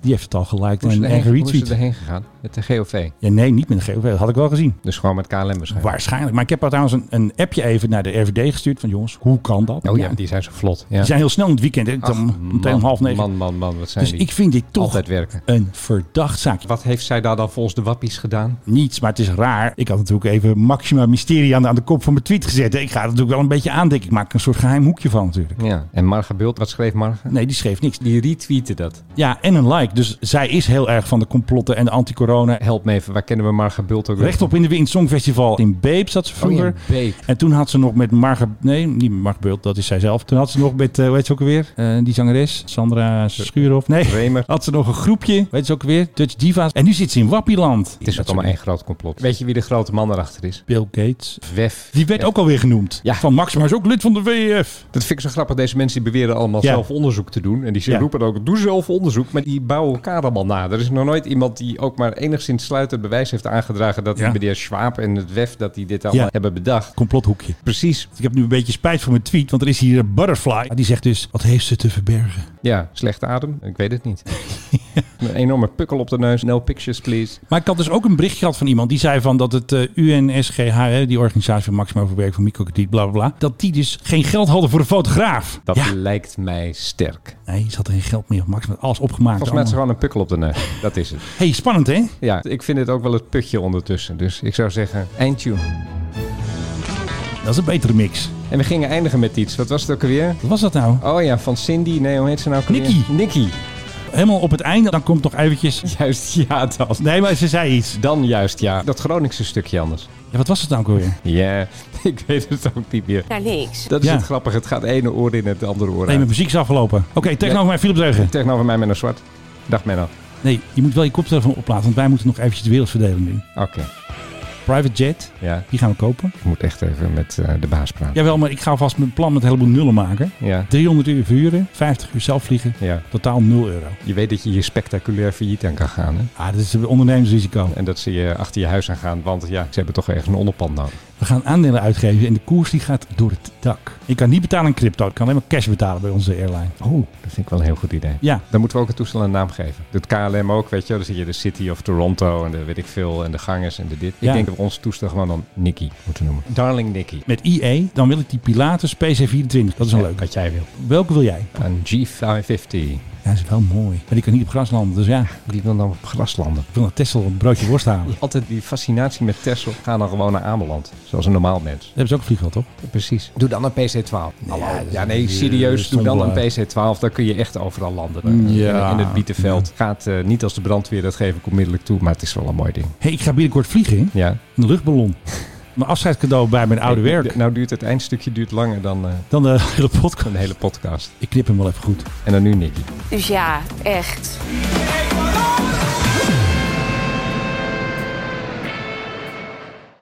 Speaker 2: die heeft het al geliked
Speaker 3: Hmm. Hoe is
Speaker 2: en,
Speaker 3: ze
Speaker 2: en
Speaker 3: erheen- hoe is
Speaker 2: geretweet.
Speaker 3: ze erheen gegaan? Met de GOV.
Speaker 2: Ja, nee, niet met een GOV. Dat had ik wel gezien.
Speaker 3: Dus gewoon met KLM waarschijnlijk.
Speaker 2: Waarschijnlijk. Maar ik heb al trouwens een, een appje even naar de RVD gestuurd. Van jongens, hoe kan dat?
Speaker 3: Oh ja, die zijn zo vlot. Ja.
Speaker 2: Die zijn heel snel in het weekend. hè.
Speaker 3: Ach,
Speaker 2: Dan meteen om
Speaker 3: man,
Speaker 2: half negen.
Speaker 3: Man, man, man, wat zijn
Speaker 2: Dus
Speaker 3: die?
Speaker 2: ik vind dit toch
Speaker 3: Altijd werken.
Speaker 2: een verdacht zaakje.
Speaker 3: Wat heeft zij daar dan volgens de wappies gedaan?
Speaker 2: Niets, maar het is raar. Ik had natuurlijk even Maxima Mysterie aan de, aan de kop van mijn tweet gezet. Ik ga er natuurlijk wel een beetje aandenken. Ik maak er een soort geheim hoekje van natuurlijk.
Speaker 3: Ja. En Marga Bult, wat schreef Marga?
Speaker 2: Nee, die schreef niks.
Speaker 3: Die retweette dat.
Speaker 2: Ja, en een like. Dus zij is heel erg van de complotten en de anti-corona.
Speaker 3: Help me even, waar kennen we Marga Bult ook
Speaker 2: Rechtop in de Wind Songfestival in Beep zat ze vroeger.
Speaker 3: Oh ja, Beep.
Speaker 2: En toen had ze nog met Marga... Nee, niet met Marga Bult, dat is zij zelf. Toen had ze nog met, eh, hoe heet ze ook alweer? Eh, die zangeres, Sandra Schuurhoff. Nee,
Speaker 3: Remer.
Speaker 2: had ze nog een groepje, weet ze ook alweer? Dutch Divas. En nu zit ze in Wappieland.
Speaker 3: Het is ook allemaal één groot complot. Weet je wie de grote man erachter is?
Speaker 2: Bill Gates.
Speaker 3: WEF.
Speaker 2: Die werd ook alweer genoemd.
Speaker 3: Ja.
Speaker 2: Van Max, maar is ook lid van de E WEF.
Speaker 3: Dat vind ik zo grappig. Deze mensen die beweren allemaal
Speaker 2: Ja.
Speaker 3: zelf onderzoek te doen. En die
Speaker 2: Ja.
Speaker 3: roepen ook, doe zelf onderzoek. Maar die bouwen elkaar allemaal na. Er is nog nooit iemand die ook maar enigszins sluitend bewijs heeft aangedragen... dat
Speaker 2: Ja.
Speaker 3: die meneer Schwab en het WEF dat die dit allemaal
Speaker 2: Ja.
Speaker 3: hebben bedacht.
Speaker 2: Complothoekje.
Speaker 3: Precies.
Speaker 2: Ik heb nu een beetje spijt van mijn tweet, want er is hier een butterfly. Die zegt dus, wat heeft ze te verbergen?
Speaker 3: Ja, slechte adem. Ik weet het niet. Een enorme pukkel op de neus. No pictures, please.
Speaker 2: Maar ik had dus ook een berichtje gehad van iemand die zei van dat het eh, UNSGH, hè, die organisatie van maximaal verwerking van microkrediet, bla bla bla, dat die dus geen geld hadden voor een fotograaf.
Speaker 3: Dat
Speaker 2: ja,
Speaker 3: lijkt mij sterk.
Speaker 2: nee, ze hadden geen geld meer. Max met alles opgemaakt.
Speaker 3: Volgens mij is het
Speaker 2: allemaal.
Speaker 3: gewoon een pukkel op de neus. Dat is het.
Speaker 2: hey, spannend hè?
Speaker 3: Ja, ik vind het ook wel het putje ondertussen. Dus ik zou zeggen, eindtune.
Speaker 2: Dat is een betere mix.
Speaker 3: En we gingen eindigen met iets. Wat was het ook alweer?
Speaker 2: Wat was dat nou?
Speaker 3: Oh ja, van Cindy. Nee, hoe heet ze nou? ook alweer?
Speaker 2: Nikki.
Speaker 3: Nikki.
Speaker 2: Helemaal op het einde, dan komt nog eventjes...
Speaker 3: Juist, ja dan.
Speaker 2: Nee, maar ze zei iets.
Speaker 3: Dan juist, ja. Dat Groningse stukje anders.
Speaker 2: Ja, wat was het nou ook alweer?
Speaker 3: Ja, ik weet het ook niet meer.
Speaker 1: Naar niks.
Speaker 3: Dat is
Speaker 2: Ja.
Speaker 3: het grappige. Het gaat ene oor in het andere oor
Speaker 2: Nee, mijn
Speaker 3: uit.
Speaker 2: muziek is afgelopen. Oké, tegenover mij Philip Deugen.
Speaker 3: Tegenover mij Menno Zwart. Dag Menno.
Speaker 2: Nee, je moet wel je koptelefoon oplaten, want wij moeten nog eventjes de wereldverdeling doen.
Speaker 3: Oké,
Speaker 2: Private jet,
Speaker 3: ja.
Speaker 2: die gaan we kopen.
Speaker 3: Ik moet echt even met eh, de baas praten.
Speaker 2: Jawel, maar ik ga alvast mijn plan met een heleboel nullen maken.
Speaker 3: Ja.
Speaker 2: 300 uur verhuren, 50 uur zelf vliegen,
Speaker 3: Ja.
Speaker 2: totaal 0 euro.
Speaker 3: Je weet dat je hier spectaculair failliet aan kan gaan. Hè?
Speaker 2: Ah, dat is een ondernemersrisico.
Speaker 3: En dat ze je achter je huis aan gaan. Want ja, ze hebben toch echt een onderpand nodig.
Speaker 2: We gaan aandelen uitgeven en de koers die gaat door het dak. Ik kan niet betalen in crypto, ik kan alleen maar cash betalen bij onze airline.
Speaker 3: Oh, dat vind ik wel een heel goed idee.
Speaker 2: Ja,
Speaker 3: Dan moeten we ook het toestel een naam geven. Doet KLM ook, weet je. wel. Dan zie je de City of Toronto en de weet ik veel. En de gangers en de dit.
Speaker 2: Ja.
Speaker 3: Ik denk dat we ons toestel gewoon dan Nicky moeten noemen. Darling Nicky.
Speaker 2: met IE, dan wil ik die Pilatus PC24. Dat is een
Speaker 3: Ja,
Speaker 2: leuke.
Speaker 3: Wat jij wil.
Speaker 2: Welke wil jij?
Speaker 3: Een G550.
Speaker 2: Ja, dat is wel mooi. Maar die kan niet op gras landen, dus ja,
Speaker 3: Die wil dan op gras landen.
Speaker 2: ik wil naar Tesla een broodje worst halen. Dat
Speaker 3: Altijd die fascinatie met Tesla. Ga dan gewoon naar Ameland. Zoals een normaal mens.
Speaker 2: hebben ze ook een vliegveld, toch?
Speaker 3: Precies. Doe dan een PC-12. Ja, ja, nee,
Speaker 2: dat
Speaker 3: serieus.
Speaker 2: is
Speaker 3: Doe dan een
Speaker 2: standaard.
Speaker 3: PC-12. Dan kun je echt overal landen.
Speaker 2: Mm, Ja.
Speaker 3: In, in het bietenveld. Gaat eh, niet als de brandweer. Dat geef ik onmiddellijk toe. Maar het is wel een mooi ding.
Speaker 2: hey, ik ga binnenkort vliegen in
Speaker 3: Ja.
Speaker 2: een luchtballon. Mijn afscheidscadeau bij mijn oude
Speaker 3: Hey,
Speaker 2: werk.
Speaker 3: Nou duurt het eindstukje duurt langer dan eh,
Speaker 2: Dan de hele podcast.
Speaker 3: een hele podcast.
Speaker 2: Ik knip hem wel even goed.
Speaker 3: En dan nu Nicky.
Speaker 1: Dus ja, echt.
Speaker 10: Hey,